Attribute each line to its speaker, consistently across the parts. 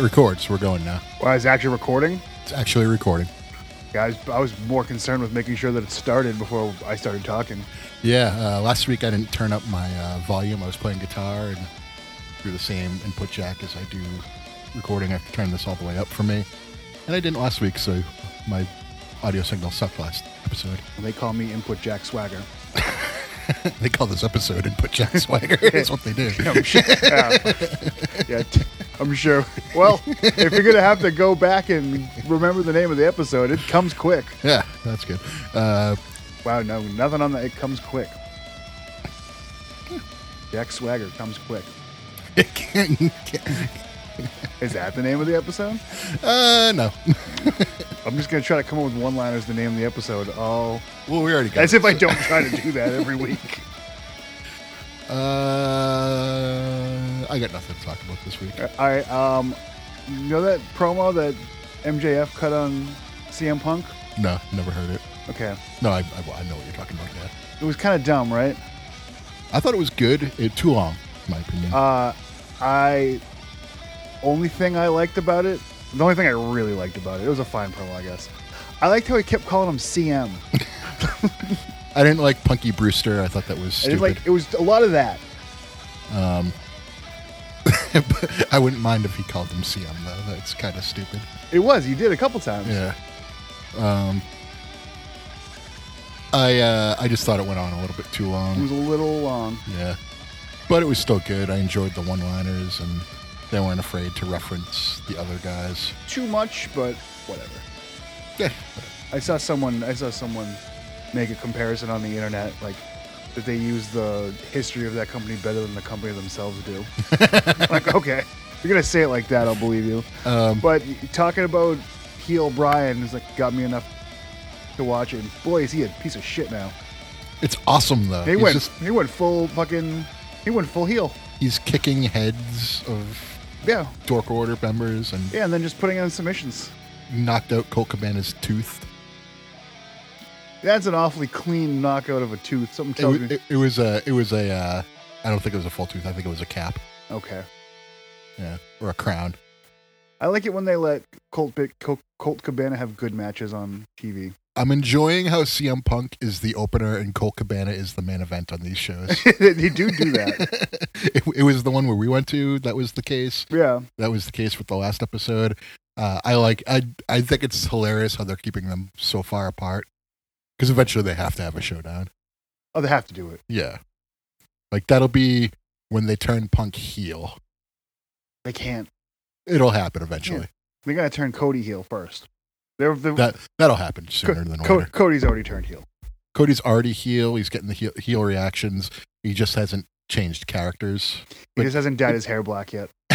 Speaker 1: records. We're going now.
Speaker 2: Well, it's actually recording.
Speaker 1: It's actually recording.
Speaker 2: Guys, I was more concerned with making sure that it started before I started talking.
Speaker 1: Yeah, uh, last week I didn't turn up my uh, volume. I was playing guitar and through the same input jack as I do recording. I have to turn this all the way up for me. And I didn't last week, so my audio signal sucked last episode.
Speaker 2: And they call me Input Jack Swagger.
Speaker 1: they call this episode Input Jack Swagger. That's what they do.
Speaker 2: I'm sure. Yeah, yeah t- I'm sure. Well, if you're gonna have to go back and remember the name of the episode, it comes quick.
Speaker 1: Yeah, that's good. Uh,
Speaker 2: Wow, no, nothing on that. It comes quick. Jack Swagger comes quick. Is that the name of the episode?
Speaker 1: uh, no.
Speaker 2: I'm just gonna try to come up with one-liners to name the episode. Oh,
Speaker 1: Well, we already got
Speaker 2: as
Speaker 1: it.
Speaker 2: if I don't try to do that every week.
Speaker 1: Uh, I got nothing to talk about this week.
Speaker 2: All right. Um, you know that promo that MJF cut on CM Punk?
Speaker 1: No, never heard it.
Speaker 2: Okay,
Speaker 1: No, I, I, I know what you're talking about. Yeah,
Speaker 2: it was kind of dumb, right?
Speaker 1: I thought it was good. It too long, in my opinion.
Speaker 2: Uh, I only thing I liked about it, the only thing I really liked about it, it was a fine promo, I guess. I liked how he kept calling him CM.
Speaker 1: I didn't like Punky Brewster. I thought that was
Speaker 2: It
Speaker 1: stupid.
Speaker 2: was like it was a lot of that.
Speaker 1: But I wouldn't mind if he called him CM though. That's kind of stupid.
Speaker 2: It was. He did a couple times.
Speaker 1: Yeah. Um. I uh, I just thought it went on a little bit too
Speaker 2: It was
Speaker 1: long.
Speaker 2: a little um, long.
Speaker 1: Yeah. But it was still good. I enjoyed the one-liners, and they weren't afraid to reference the other guys.
Speaker 2: Too much, but whatever.
Speaker 1: Yeah.
Speaker 2: I saw someone. I saw someone make a comparison on the internet, like that they use the history of that company better than the company themselves do. like, okay, if you're gonna say it like that, I'll believe you.
Speaker 1: Um,
Speaker 2: But talking about heel Brian is like got me enough to watch it. And boy, is he a piece of shit now.
Speaker 1: it's awesome though.
Speaker 2: He
Speaker 1: He's
Speaker 2: went.
Speaker 1: just-
Speaker 2: he went full fucking. He went full heel.
Speaker 1: he's kicking heads of
Speaker 2: Yeah,
Speaker 1: Dork Order members and
Speaker 2: yeah, and then just putting on submissions.
Speaker 1: knocked out Colt Cabana's tooth.
Speaker 2: That's an awfully clean knockout of a tooth. Something
Speaker 1: It,
Speaker 2: tells
Speaker 1: wa-
Speaker 2: me.
Speaker 1: it, it was a it was a uh, I don't think it was a full tooth. I think it was a cap.
Speaker 2: okay.
Speaker 1: Yeah, or a crown.
Speaker 2: I like it when they let Colt Bit Colt, Colt Cabana have good matches on TV.
Speaker 1: I'm enjoying how CM Punk is the opener and Colt Cabana is the main event on these shows.
Speaker 2: they do do that.
Speaker 1: it, it was the one where we went to. That was the case.
Speaker 2: Yeah.
Speaker 1: That was the case with the last episode. Uh, I like. I I think it's hilarious how they're keeping them so far apart because eventually they have to have a showdown.
Speaker 2: Oh, they have to do it.
Speaker 1: Yeah, like that'll be when they turn Punk heel.
Speaker 2: They can't.
Speaker 1: It'll happen eventually.
Speaker 2: They gotta turn Cody heel first. They're, they're,
Speaker 1: That that'll happen
Speaker 2: Co-
Speaker 1: sooner than
Speaker 2: Co-
Speaker 1: later.
Speaker 2: Cody's already turned heel.
Speaker 1: Cody's already heel. He's getting the heel, heel reactions. He just hasn't changed characters.
Speaker 2: He
Speaker 1: But-
Speaker 2: just hasn't dyed his hair black yet.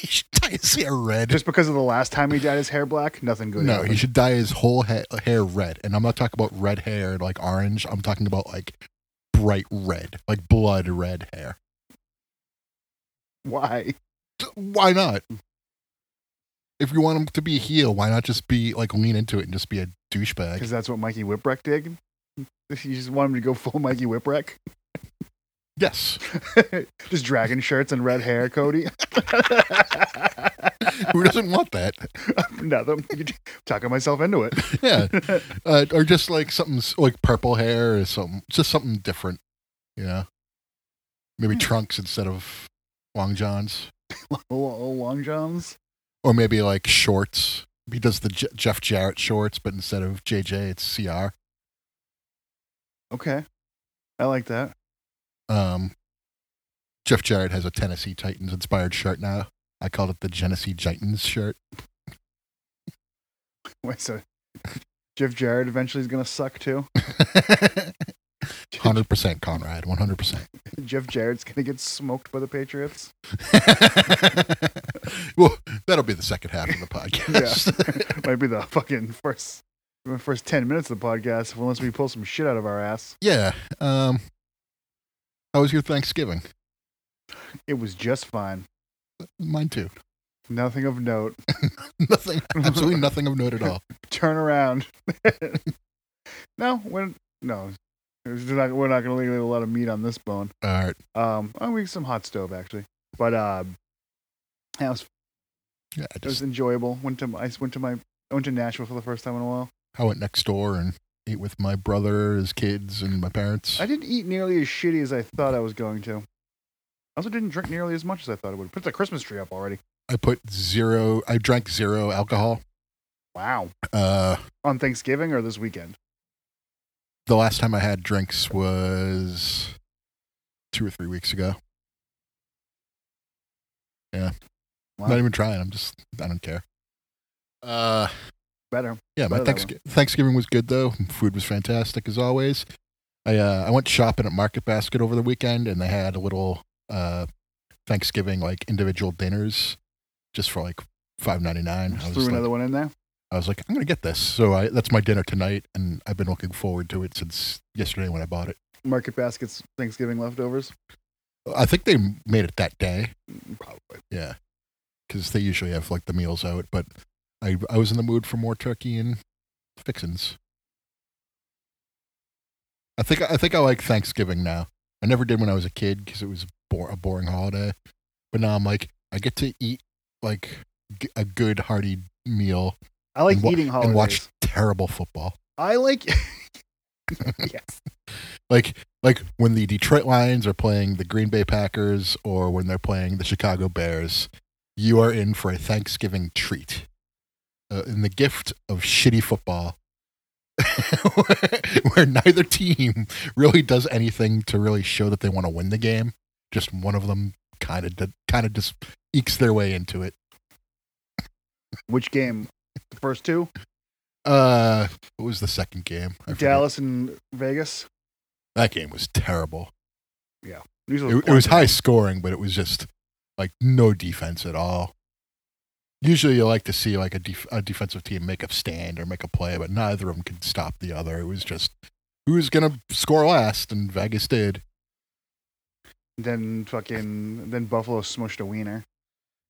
Speaker 1: he should dye his hair red.
Speaker 2: Just because of the last time he dyed his hair black, nothing good.
Speaker 1: no,
Speaker 2: happened.
Speaker 1: he should dye his whole ha- hair red. And I'm not talking about red hair like orange. I'm talking about like bright red, like blood red hair.
Speaker 2: Why?
Speaker 1: D- Why not? If you want him to be a heel, why not just be like lean into it and just be a douchebag?
Speaker 2: Because that's what Mikey Whipwreck did. You just want him to go full Mikey Whipwreck.
Speaker 1: Yes.
Speaker 2: just dragon shirts and red hair, Cody.
Speaker 1: Who doesn't want that?
Speaker 2: Nothing. You're talking myself into it.
Speaker 1: Yeah. Uh, or just like something s- like purple hair or something, just something different. You know? Maybe trunks instead of long johns.
Speaker 2: Oh, oh, long johns.
Speaker 1: or maybe like shorts. He does the J- Jeff Jarrett shorts, but instead of JJ, it's CR.
Speaker 2: Okay, I like that.
Speaker 1: Um, Jeff Jarrett has a Tennessee Titans inspired shirt now. I called it the Genesee Titans shirt.
Speaker 2: Wait, so Jeff Jarrett eventually is gonna suck too.
Speaker 1: 100% Conrad, 100%.
Speaker 2: Jeff Jarrett's gonna get smoked by the Patriots.
Speaker 1: well, that'll be the second half of the podcast.
Speaker 2: Might be the fucking first. The first 10 minutes of the podcast, unless we pull some shit out of our ass.
Speaker 1: Yeah. Um, how was your Thanksgiving?
Speaker 2: It was just fine.
Speaker 1: Mine too.
Speaker 2: Nothing of note.
Speaker 1: Nothing, absolutely nothing of note at all.
Speaker 2: Turn around. no, we're, no. There's not- We're not going to leave a lot of meat on this bone.
Speaker 1: All right.
Speaker 2: Um, oh, we some hot stove actually, but uh, yeah, it um, was
Speaker 1: Yeah, I
Speaker 2: It was
Speaker 1: just
Speaker 2: enjoyable. Went to my- I went to my I went to Nashville for the first time in a while.
Speaker 1: I went next door and ate with my brother, his kids, and my parents.
Speaker 2: I didn't eat nearly as shitty as I thought I was going to. I also didn't drink nearly as much as I thought I would. Put the Christmas tree up already.
Speaker 1: I put zero. I drank zero alcohol.
Speaker 2: Wow.
Speaker 1: Uh,
Speaker 2: On Thanksgiving or this weekend?
Speaker 1: the last time I had drinks was two or three weeks ago.
Speaker 2: Wow.
Speaker 1: Not even trying. I'm just. I don't care. Uh,
Speaker 2: Better.
Speaker 1: yeah. My
Speaker 2: Better that
Speaker 1: thanks- Thanksgiving was good though. Food was fantastic as always. I uh, I went shopping at Market Basket over the weekend, and they had a little uh, Thanksgiving like individual dinners, just for like five ninety nine.
Speaker 2: Just threw another one in there.
Speaker 1: I was like, I'm gonna get this. So I, that's my dinner tonight, and I've been looking forward to it since yesterday when I bought it.
Speaker 2: Market baskets Thanksgiving leftovers.
Speaker 1: I think they made it that day,
Speaker 2: Mm, Probably.
Speaker 1: yeah, because they usually have like the meals out. But I, I was in the mood for more turkey and fixins. I think I think I like Thanksgiving now. I never did when I was a kid because it was bore, a boring holiday, but now I'm like, I get to eat like g- a good hearty meal
Speaker 2: I like
Speaker 1: wa-
Speaker 2: eating holidays.
Speaker 1: and watch terrible football.
Speaker 2: I like
Speaker 1: like like when the Detroit Lions are playing the Green Bay Packers or when they're playing the Chicago Bears, you are in for a Thanksgiving treat. Uh, in the gift of shitty football, where neither team really does anything to really show that they want to win the game, just one of them kind of kind of just ekes their way into it.
Speaker 2: which game? The first two?
Speaker 1: Uh, what was the second game? I forget.
Speaker 2: Dallas and Vegas.
Speaker 1: That game was terrible.
Speaker 2: These are the
Speaker 1: it, it was
Speaker 2: points.
Speaker 1: high scoring, but it was just like no defense at all. Usually, you like to see like a, def- a defensive team make a stand or make a play, but neither of them could stop the other. It was just who's gonna score last, and Vegas did.
Speaker 2: Then fucking then Buffalo smushed a wiener.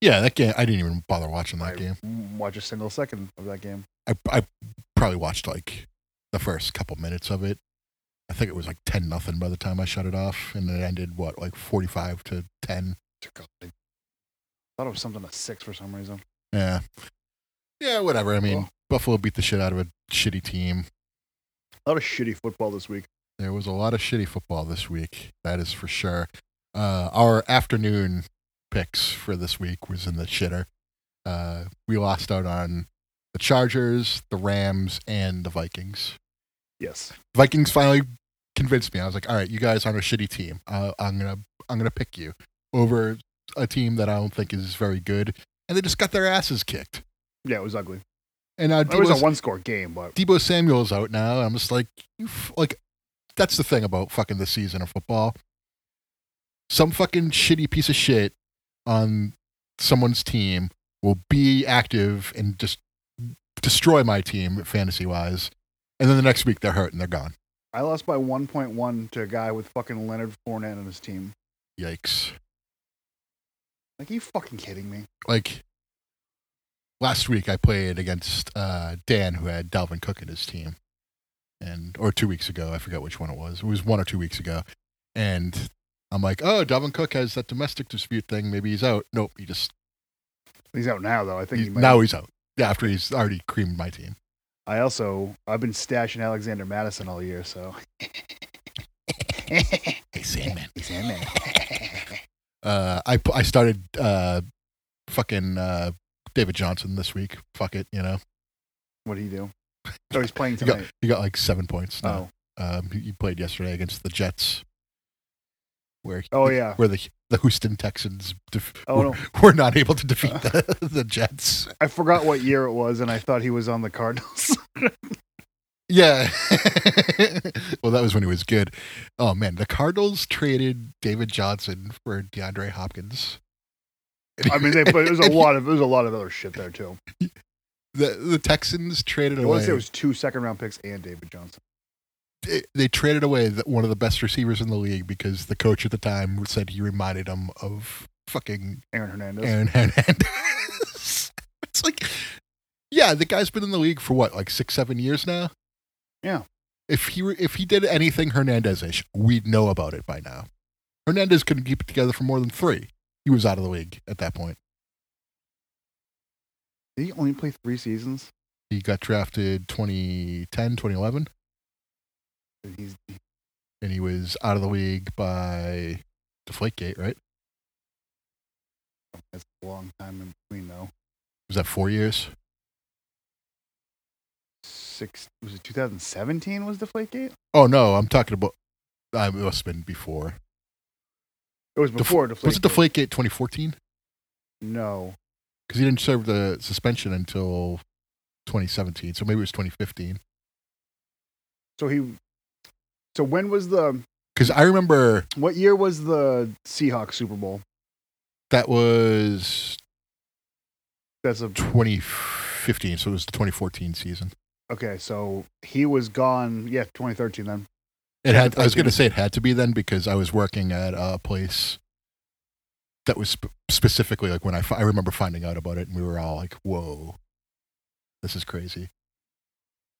Speaker 1: Yeah, that game. I didn't even bother watching that
Speaker 2: I
Speaker 1: game.
Speaker 2: didn't Watch a single second of that game.
Speaker 1: I I probably watched like the first couple minutes of it. I think it was like ten nothing by the time I shut it off, and it ended what like forty five to ten.
Speaker 2: thought it was something at six for some reason. Oh,
Speaker 1: Yeah. Yeah, whatever. I mean,
Speaker 2: Well-
Speaker 1: Buffalo beat the shit out of a shitty team.
Speaker 2: A lot of shitty football this week.
Speaker 1: There was a lot of shitty football this week. That is for sure. Uh, our afternoon picks for this week was in the shitter. Uh, we lost out on the Chargers, the Rams, and the Vikings.
Speaker 2: Yes.
Speaker 1: Vikings finally convinced me. I was like, "All right, you guys aren't a shitty team. Uh, I'm gonna I'm gonna pick you over a team that I don't think is very good." And they just got their asses kicked.
Speaker 2: Yeah, it was ugly.
Speaker 1: And uh,
Speaker 2: It was
Speaker 1: Debo's-
Speaker 2: a one score game, but
Speaker 1: Debo Samuel's out now. and I'm just like, you f- like, that's the thing about fucking the season of football. Some fucking shitty piece of shit on someone's team will be active and just destroy my team fantasy wise, and then the next week they're hurt and they're gone.
Speaker 2: I lost by 1.1 to a guy with fucking Leonard Fournette on his team.
Speaker 1: Yikes!
Speaker 2: Like, are you fucking kidding me?
Speaker 1: Like last week, I played against uh, Dan, who had Dalvin Cook in his team, and or two weeks ago, I forgot which one it was. It was one or two weeks ago, and I'm like, oh, Dalvin Cook has that domestic dispute thing. Maybe he's out. Nope, he just
Speaker 2: He's out now, though. I think
Speaker 1: he's-
Speaker 2: he might.
Speaker 1: now he's out. Yeah, after he's already creamed my team.
Speaker 2: I also, I've been stashing Alexander Madison all year, so.
Speaker 1: Hey, Sandman.
Speaker 2: He's in there.
Speaker 1: Uh, I pu- I started uh, fucking uh, David Johnson this week. Fuck it, you know.
Speaker 2: What do you do? Oh, he's playing
Speaker 1: He got
Speaker 2: tonight.
Speaker 1: he got like seven points. Now.
Speaker 2: Oh,
Speaker 1: um, he he played yesterday against the Jets, where he-
Speaker 2: Oh, yeah.
Speaker 1: where the the Houston Texans def-
Speaker 2: oh
Speaker 1: were,
Speaker 2: no. Uh.
Speaker 1: were not able to defeat the, the Jets.
Speaker 2: I forgot what year it was, and I thought he was on the Cardinals.
Speaker 1: Yeah, well, that was when he was good. Oh man, the Cardinals traded David Johnson for DeAndre Hopkins.
Speaker 2: I mean, they, but it was a lot of it was a lot of other shit there too.
Speaker 1: The the Texans traded
Speaker 2: I
Speaker 1: away.
Speaker 2: want to say it was two second round picks and David Johnson.
Speaker 1: they, they traded away the, one of the best receivers in the league because the coach at the time said he reminded him of fucking
Speaker 2: Aaron Hernandez.
Speaker 1: Aaron Hernandez. it's like, yeah, the guy's been in the league for what, like six, seven years now.
Speaker 2: Yeah.
Speaker 1: If he were, if he did anything Hernandez-ish, we'd know about it by now. Hernandez couldn't keep it together for more than three. He was out of the league at that point.
Speaker 2: Did he only play three seasons?
Speaker 1: He got drafted 2010, 2011,
Speaker 2: And he's
Speaker 1: and he was out of the league by Deflategate, right?
Speaker 2: that's a long time in between though.
Speaker 1: Was that four years?
Speaker 2: Six was it 2017 was Deflategate?
Speaker 1: Oh no, I'm talking about. I it must have been before.
Speaker 2: It was
Speaker 1: Def-
Speaker 2: before Deflategate.
Speaker 1: Was it Deflategate 2014?
Speaker 2: No,
Speaker 1: Because he didn't serve the suspension until 2017, so maybe it was 2015.
Speaker 2: so he. So when was the
Speaker 1: Because I remember
Speaker 2: what year was the Seahawks Super Bowl?
Speaker 1: that was
Speaker 2: That's a
Speaker 1: 2015, so it was the 2014 season.
Speaker 2: okay. So he was gone. Yeah, 2013 then.
Speaker 1: It
Speaker 2: Yeah,
Speaker 1: had.
Speaker 2: but
Speaker 1: I was
Speaker 2: that
Speaker 1: going to
Speaker 2: didn't-
Speaker 1: say it had to be then because I was working at a place that was sp- specifically like when I, fi- I remember finding out about it, and we were all like, "Whoa, this is crazy!"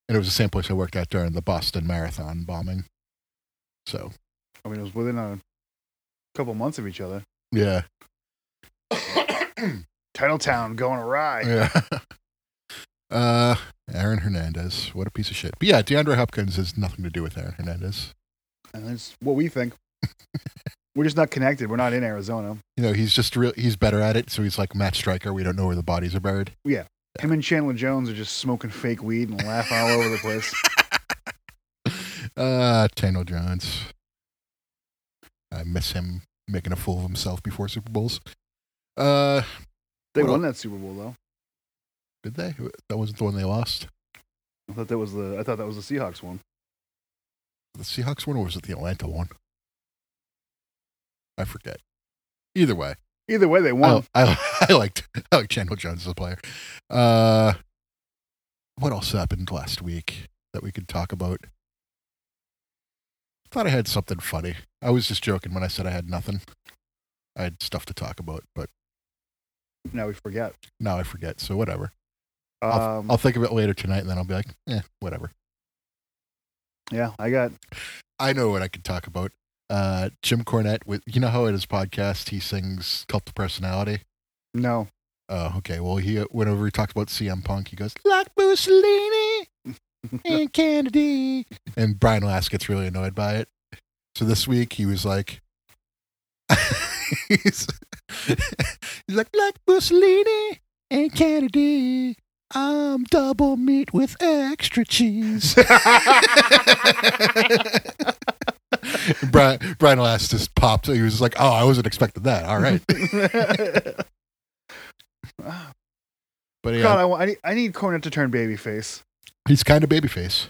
Speaker 1: And it was the same place I worked at during the Boston Marathon bombing. So
Speaker 2: I mean, it was within a couple months of each other.
Speaker 1: yeah,
Speaker 2: Titletown going awry.
Speaker 1: yeah. uh, Aaron Hernandez, what a piece of shit! But yeah, DeAndre Hopkins has nothing to do with Aaron Hernandez.
Speaker 2: And that's what we think. We're just not connected. We're not in Arizona.
Speaker 1: You know, he's just real. He's better at it, so he's like Matt Striker. We don't know where the bodies are buried.
Speaker 2: Him and Chandler Jones are just smoking fake weed and laughing all over the place.
Speaker 1: Uh, Chandler Jones. I miss him making a fool of himself before Super Bowls. Uh,
Speaker 2: They
Speaker 1: What
Speaker 2: won that Super Bowl though.
Speaker 1: did they? That wasn't the one they lost.
Speaker 2: I thought that was the I thought that was the Seahawks one.
Speaker 1: The Seahawks one, or was it the Atlanta one? I forget. Either way,
Speaker 2: Either way, they
Speaker 1: I,
Speaker 2: won.
Speaker 1: Oh, I, I liked I like Chandler Jones as a player. Uh, what else happened last week that we could talk about? Thought I had something funny. I was just joking when I said I had nothing. I had stuff to talk about, but
Speaker 2: Now we forget.
Speaker 1: now I forget. So whatever.
Speaker 2: Um,
Speaker 1: I'll think of it later tonight, and then I'll be like, eh, whatever.
Speaker 2: yeah, I got.
Speaker 1: I know what I could talk about. Uh, Jim Cornette with you know how in his podcast he sings Cult of Personality.
Speaker 2: No,
Speaker 1: Oh, okay. Well, he whenever he talks about CM Punk, he goes like Mussolini and Kennedy, and Brian Last gets really annoyed by it. So this week he was like, he's, he's like like Mussolini and Kennedy. I'm double meat with extra cheese. Brian Brian Last just popped. He was like, "Oh, I wasn't expecting that." All right, but yeah,
Speaker 2: God, I, wa- I need I need Cornette to turn babyface.
Speaker 1: He's kind of babyface.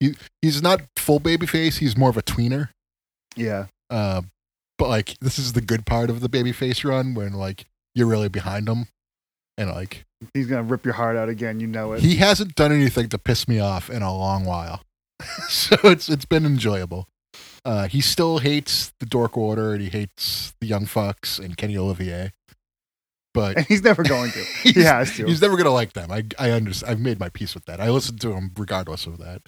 Speaker 1: He he's not full babyface. He's more of a tweener.
Speaker 2: Yeah,
Speaker 1: Uh, but like this is the good part of the babyface run when like you're really behind him, and like
Speaker 2: he's gonna rip your heart out again. You know it.
Speaker 1: he hasn't done anything to piss me off in a long while, so it's it's been enjoyable. Uh, he still hates the Dork Order and he hates the Young Fox and Kenny Olivier, but
Speaker 2: and he's never going to. He
Speaker 1: he's-
Speaker 2: has to.
Speaker 1: He's never gonna like them. I I understand. I've made my peace with that. I listen to him regardless of that.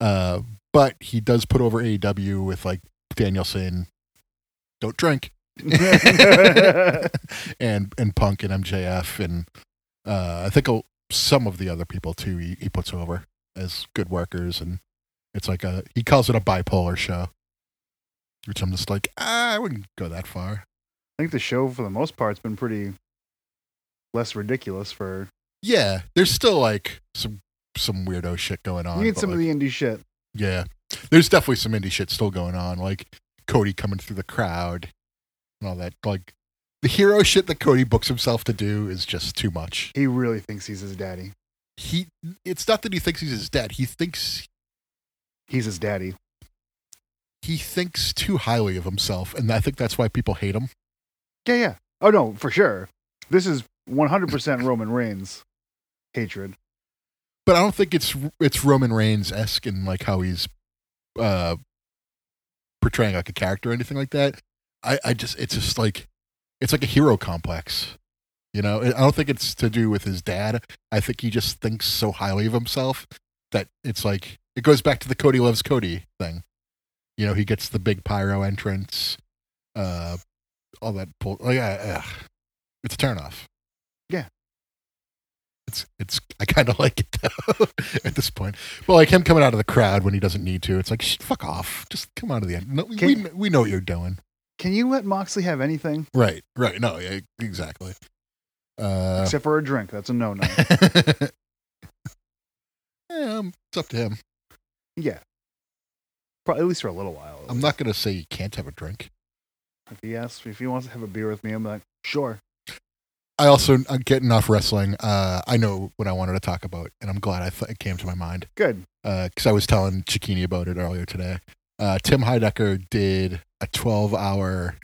Speaker 1: Uh, but he does put over AEW with like Danielson, don't drink, and and Punk and MJF and uh, I think uh, some of the other people too. He, he puts over as good workers, and it's like a he calls it a bipolar show, which I'm just like ah, I wouldn't go that far.
Speaker 2: I think the show, for the most part, has been pretty less ridiculous. For
Speaker 1: Yeah, there's still like some some weirdo shit going on.
Speaker 2: you need
Speaker 1: but,
Speaker 2: some
Speaker 1: like,
Speaker 2: of the indie shit.
Speaker 1: Yeah. There's definitely some indie shit still going on, like Cody coming through the crowd and all that. Like the hero shit that Cody books himself to do is just too much.
Speaker 2: He really thinks he's his daddy.
Speaker 1: He it's not that he thinks he's his dad. He thinks
Speaker 2: He's his daddy.
Speaker 1: he thinks too highly of himself, and I think that's why people hate him.
Speaker 2: Yeah, yeah. Oh no, for sure. This is 100% Roman Reigns hatred.
Speaker 1: But I don't think it's it's Roman Reigns esque in like how he's uh portraying like a character or anything like that. I, I just it's just like it's like a hero complex. You know, I don't think it's to do with his dad. I think he just thinks so highly of himself that it's like it goes back to the Cody loves Cody thing. You know, he gets the big pyro entrance, uh, oh, all that. Bull- like, uh, it's a turnoff.
Speaker 2: Yeah.
Speaker 1: It's it's I kind of like it though at this point. Well, like him coming out of the crowd when he doesn't need to. It's like "Shh, fuck off. Just come out of the end. No, we,
Speaker 2: Can-
Speaker 1: we kn- we know what you're doing.
Speaker 2: Can you let Moxley have anything
Speaker 1: Right. Right. No. Yeah, e, exactly. Uh,
Speaker 2: except for a drink? That's a no-no.
Speaker 1: yeah, um, it's up to him.
Speaker 2: yeah, probably at least for a little while.
Speaker 1: I'm not gonna say you can't have a drink.
Speaker 2: If he asks if he wants to have a beer with me, I'm like, sure.
Speaker 1: I also I'm getting off wrestling. Uh, I know what I wanted to talk about, and I'm glad I th- it came to my mind.
Speaker 2: Good.
Speaker 1: because I was telling Chikini about it earlier today. Uh, Tim Heidecker did a 12 hour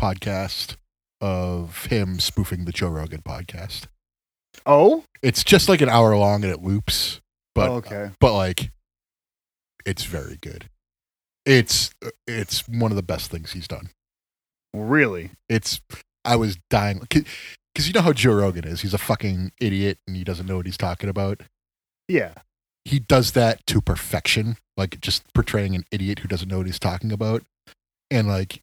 Speaker 1: podcast of him spoofing the Joe Rogan podcast.
Speaker 2: Oh,
Speaker 1: It's just like an hour long and it loops, but
Speaker 2: Oh, okay.
Speaker 1: but like it's very good. It's it's one of the best things he's done. uh,
Speaker 2: Really?
Speaker 1: It's I was dying because you know how Joe Rogan is. He's a fucking idiot and he doesn't know what he's talking about.
Speaker 2: Yeah.
Speaker 1: he does that to perfection, like just portraying an idiot who doesn't know what he's talking about. And like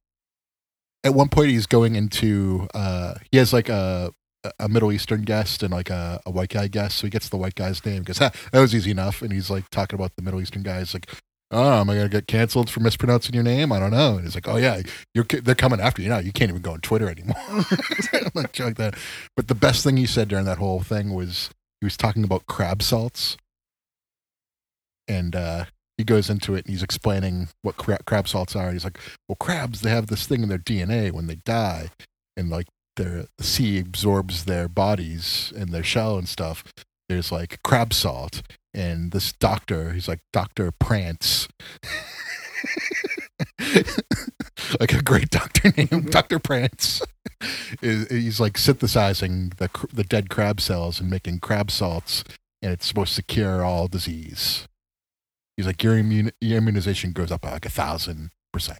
Speaker 1: at one point he's going into uh he has like a a Middle Eastern guest and like a, a white guy guest, so he gets the white guy's name because that was easy enough. And he's like talking about the Middle Eastern guys, like, "Oh, am I gonna get canceled for mispronouncing your name? I don't know." And he's like, "Oh yeah, you're ca- they're coming after you now. You can't even go on Twitter anymore." like, shit like that. But the best thing he said during that whole thing was he was talking about crab salts, and uh, he goes into it and he's explaining what cra- crab salts are. And he's like, "Well, crabs they have this thing in their DNA when they die, and like their the sea absorbs their bodies and their shell and stuff. There's like crab salt." And this doctor, he's like Doctor Prance, like a great doctor named Doctor Prance is he's like synthesizing the cr- the dead crab cells and making crab salts, and it's supposed to cure all disease. He's like your immune your immunization goes up by like a thousand percent.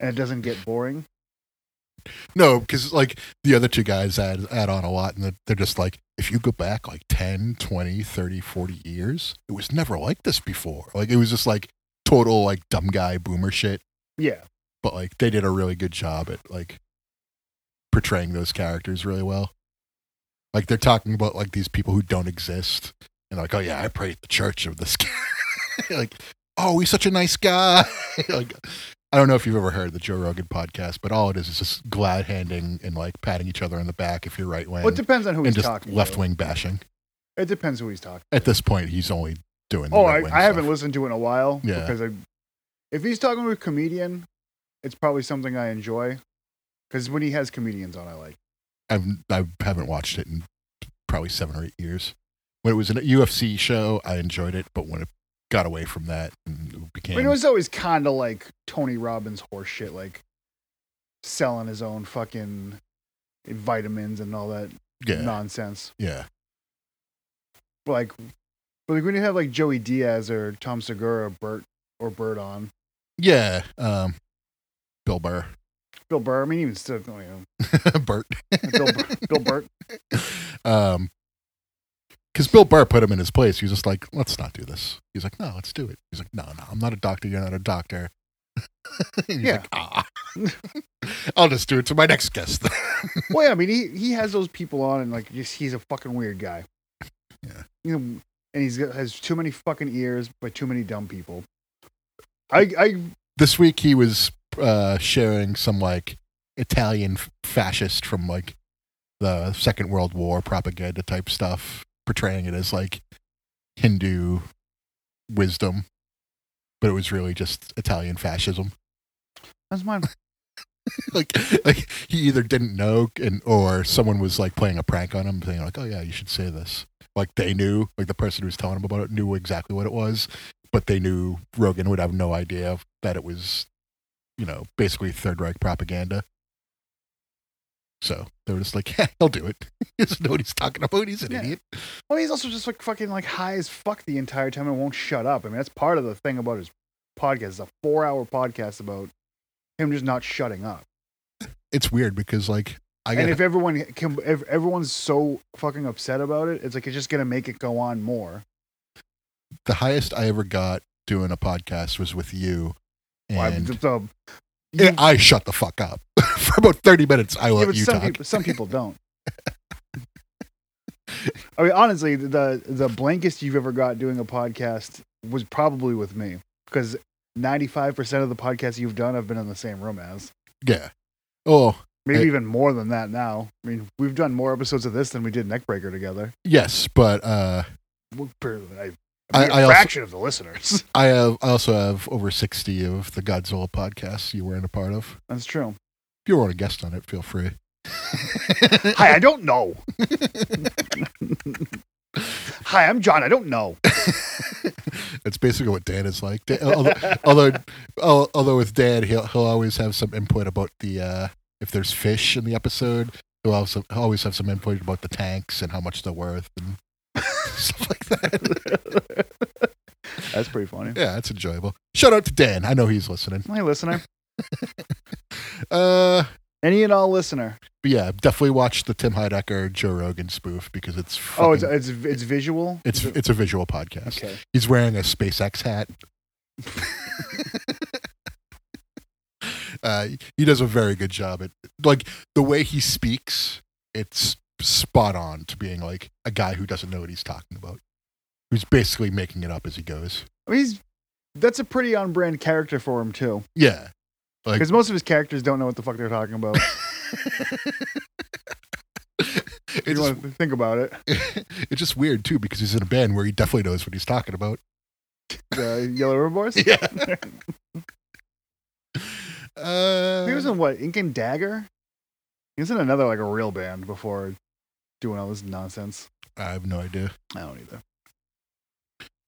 Speaker 2: And it doesn't get boring.
Speaker 1: No, because like the other two guys add add on a lot, and they're- they're just like if you go back like 10, 20, 30, 40 years, it was never like this before. Like it was just like total like dumb guy boomer shit.
Speaker 2: Yeah.
Speaker 1: but like they did a really good job at like portraying those characters really well. Like they're talking about like these people who don't exist, and like, oh yeah, I pray at the church of this guy. like, oh, he's such a nice guy. like, I don't know if you've ever heard the Joe Rogan podcast, but all it is is just glad handing and like patting each other on the back if you're right wing,
Speaker 2: Well, it depends on who
Speaker 1: and
Speaker 2: he's
Speaker 1: just
Speaker 2: talking. to.
Speaker 1: left wing bashing.
Speaker 2: It depends who he's talking.
Speaker 1: At this point, he's only doing. The
Speaker 2: Oh, I,
Speaker 1: right-wing
Speaker 2: I haven't
Speaker 1: stuff.
Speaker 2: listened to it in a while.
Speaker 1: Yeah.
Speaker 2: Because I, if he's talking with a comedian, it's probably something I enjoy. Because when he has comedians on, I like.
Speaker 1: I've I haven't watched it in probably seven or eight years. When it was an UFC show, I enjoyed it, but when it got away from that and it
Speaker 2: I
Speaker 1: became
Speaker 2: mean, it was always kind of like Tony Robbins horse shit, like selling his own fucking vitamins and all that
Speaker 1: yeah,
Speaker 2: nonsense.
Speaker 1: yeah,
Speaker 2: But like, but like when you have like Joey Diaz or Tom Segura or Bert or Bert on
Speaker 1: yeah. Um, Bill Burr,
Speaker 2: Bill Burr, I mean, even still, you know,
Speaker 1: Burt,
Speaker 2: Bill, Burr, Bill Burt.
Speaker 1: um, because Bill Burr put him in his place. He was just like, let's not do this. He's like, no, let's do it. He's like, no, no, I'm not a doctor. You're not a doctor. And he's
Speaker 2: Yeah.
Speaker 1: like, ah, I'll just do it to my next guest.
Speaker 2: well, yeah, I mean, he, he has those people on, and like, just, he's a fucking weird guy.
Speaker 1: Yeah.
Speaker 2: You know, and he's got, has too many fucking ears by too many dumb people. I, I,
Speaker 1: this week he was uh, sharing some like Italian f- fascist from like the Second World War propaganda type stuff, portraying it as like Hindu wisdom, but it was really just Italian fascism.
Speaker 2: that's mine.
Speaker 1: like, like he either didn't know, and or someone was like playing a prank on him, saying like, "Oh yeah, you should say this." Like they knew, like the person who was telling him about it knew exactly what it was, but they knew Rogan would have no idea that it was, you know, basically Third Reich propaganda. So they were just like, "Yeah, he'll do it. he doesn't know what he's talking about. He's an
Speaker 2: Yeah.
Speaker 1: idiot."
Speaker 2: Well, he's also just like fucking like high as fuck the entire time and won't shut up. I mean, that's part of the thing about his podcast. It's a four hour podcast about him just not shutting up.
Speaker 1: It's weird because like I
Speaker 2: and
Speaker 1: get
Speaker 2: if everyone can, if everyone's so fucking upset about it, it's like it's just gonna make it go on more.
Speaker 1: the highest I ever got doing a podcast was with you, and.
Speaker 2: Well, I- the- the-
Speaker 1: Yeah, I shut the fuck up for about thirty minutes. I
Speaker 2: Yeah,
Speaker 1: let
Speaker 2: but
Speaker 1: you
Speaker 2: some
Speaker 1: talk.
Speaker 2: people, some people don't. I mean, honestly, the the blankest you've ever got doing a podcast was probably with me because ninety five percent of the podcasts you've done, I've been in the same room as.
Speaker 1: Yeah. Oh,
Speaker 2: Maybe
Speaker 1: Hey.
Speaker 2: even more than that now. I mean, we've done more episodes of this than we did Neckbreaker together.
Speaker 1: yes, but uh,
Speaker 2: We're barely- I,
Speaker 1: I-
Speaker 2: I, mean,
Speaker 1: I
Speaker 2: a
Speaker 1: also-
Speaker 2: fraction of the listeners.
Speaker 1: I have I also have over sixty of the Godzilla podcasts you weren't a part of.
Speaker 2: That's true.
Speaker 1: If you were a guest on it, feel free.
Speaker 2: Hi, I don't know. Hi, I'm John. I don't know.
Speaker 1: That's basically what Dan is like. Dan, although, although, al- although with Dan, he'll he'll always have some input about the uh, if there's fish in the episode. He'll also he'll always have some input about the tanks and how much they're worth and stuff like that.
Speaker 2: That's pretty funny.
Speaker 1: Yeah, that's enjoyable. Shout out to Dan. I know he's listening.
Speaker 2: Hey, listener.
Speaker 1: Uh,
Speaker 2: Any and all listener.
Speaker 1: but yeah, definitely watch the Tim Heidecker Joe Rogan spoof because it's
Speaker 2: Oh, it's
Speaker 1: fucking-
Speaker 2: it's it's visual.
Speaker 1: it's it's a visual podcast.
Speaker 2: okay.
Speaker 1: He's wearing a SpaceX hat. uh, he does a very good job at like the way he speaks. It's spot on to being like a guy who doesn't know what he's talking about, who's basically making it up as he goes.
Speaker 2: I mean, he's that's a pretty on brand character for him too,
Speaker 1: Yeah, Like-
Speaker 2: because most of his characters don't know what the fuck they're talking about.
Speaker 1: it's
Speaker 2: If you
Speaker 1: just,
Speaker 2: want to think about it,
Speaker 1: it's just weird too because he's in a band where he definitely knows what he's talking about.
Speaker 2: uh, Yellow River Boys.
Speaker 1: Yeah. uh, Um,
Speaker 2: He was in what Ink and Dagger. He was in another like a real band before doing all this nonsense.
Speaker 1: I have no idea.
Speaker 2: I don't either.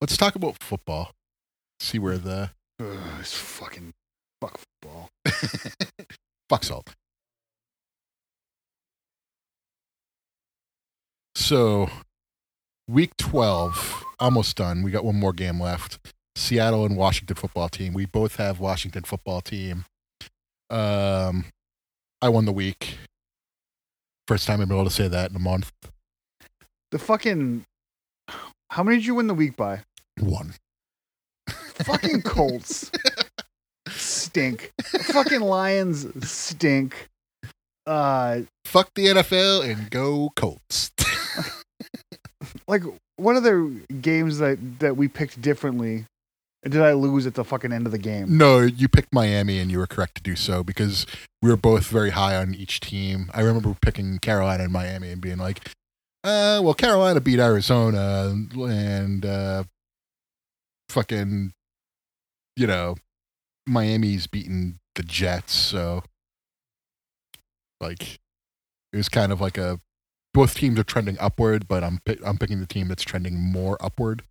Speaker 1: Let's talk about football. See where the
Speaker 2: Ugh, it's fucking fuck football.
Speaker 1: fuck salt. So, week 12, almost done. We got one more game left. Seattle and Washington football team. We both have Washington football team. Um, I won the week. First time I've been able to say that in a month.
Speaker 2: The fucking. How many did you win the week by?
Speaker 1: One.
Speaker 2: Fucking Colts stink. fucking Lions stink. Uh,
Speaker 1: Fuck the NFL and go Colts.
Speaker 2: like what other games that that we picked differently did I lose at the fucking end of the game?
Speaker 1: No, you picked Miami, and you were correct to do so because we were both very high on each team. I remember picking Carolina and Miami and being like, uh, well, Carolina beat Arizona, and uh, fucking, you know, Miami's beaten the Jets. So, like, it was kind of like a both teams are trending upward, but I'm pi- I'm picking the team that's trending more upward.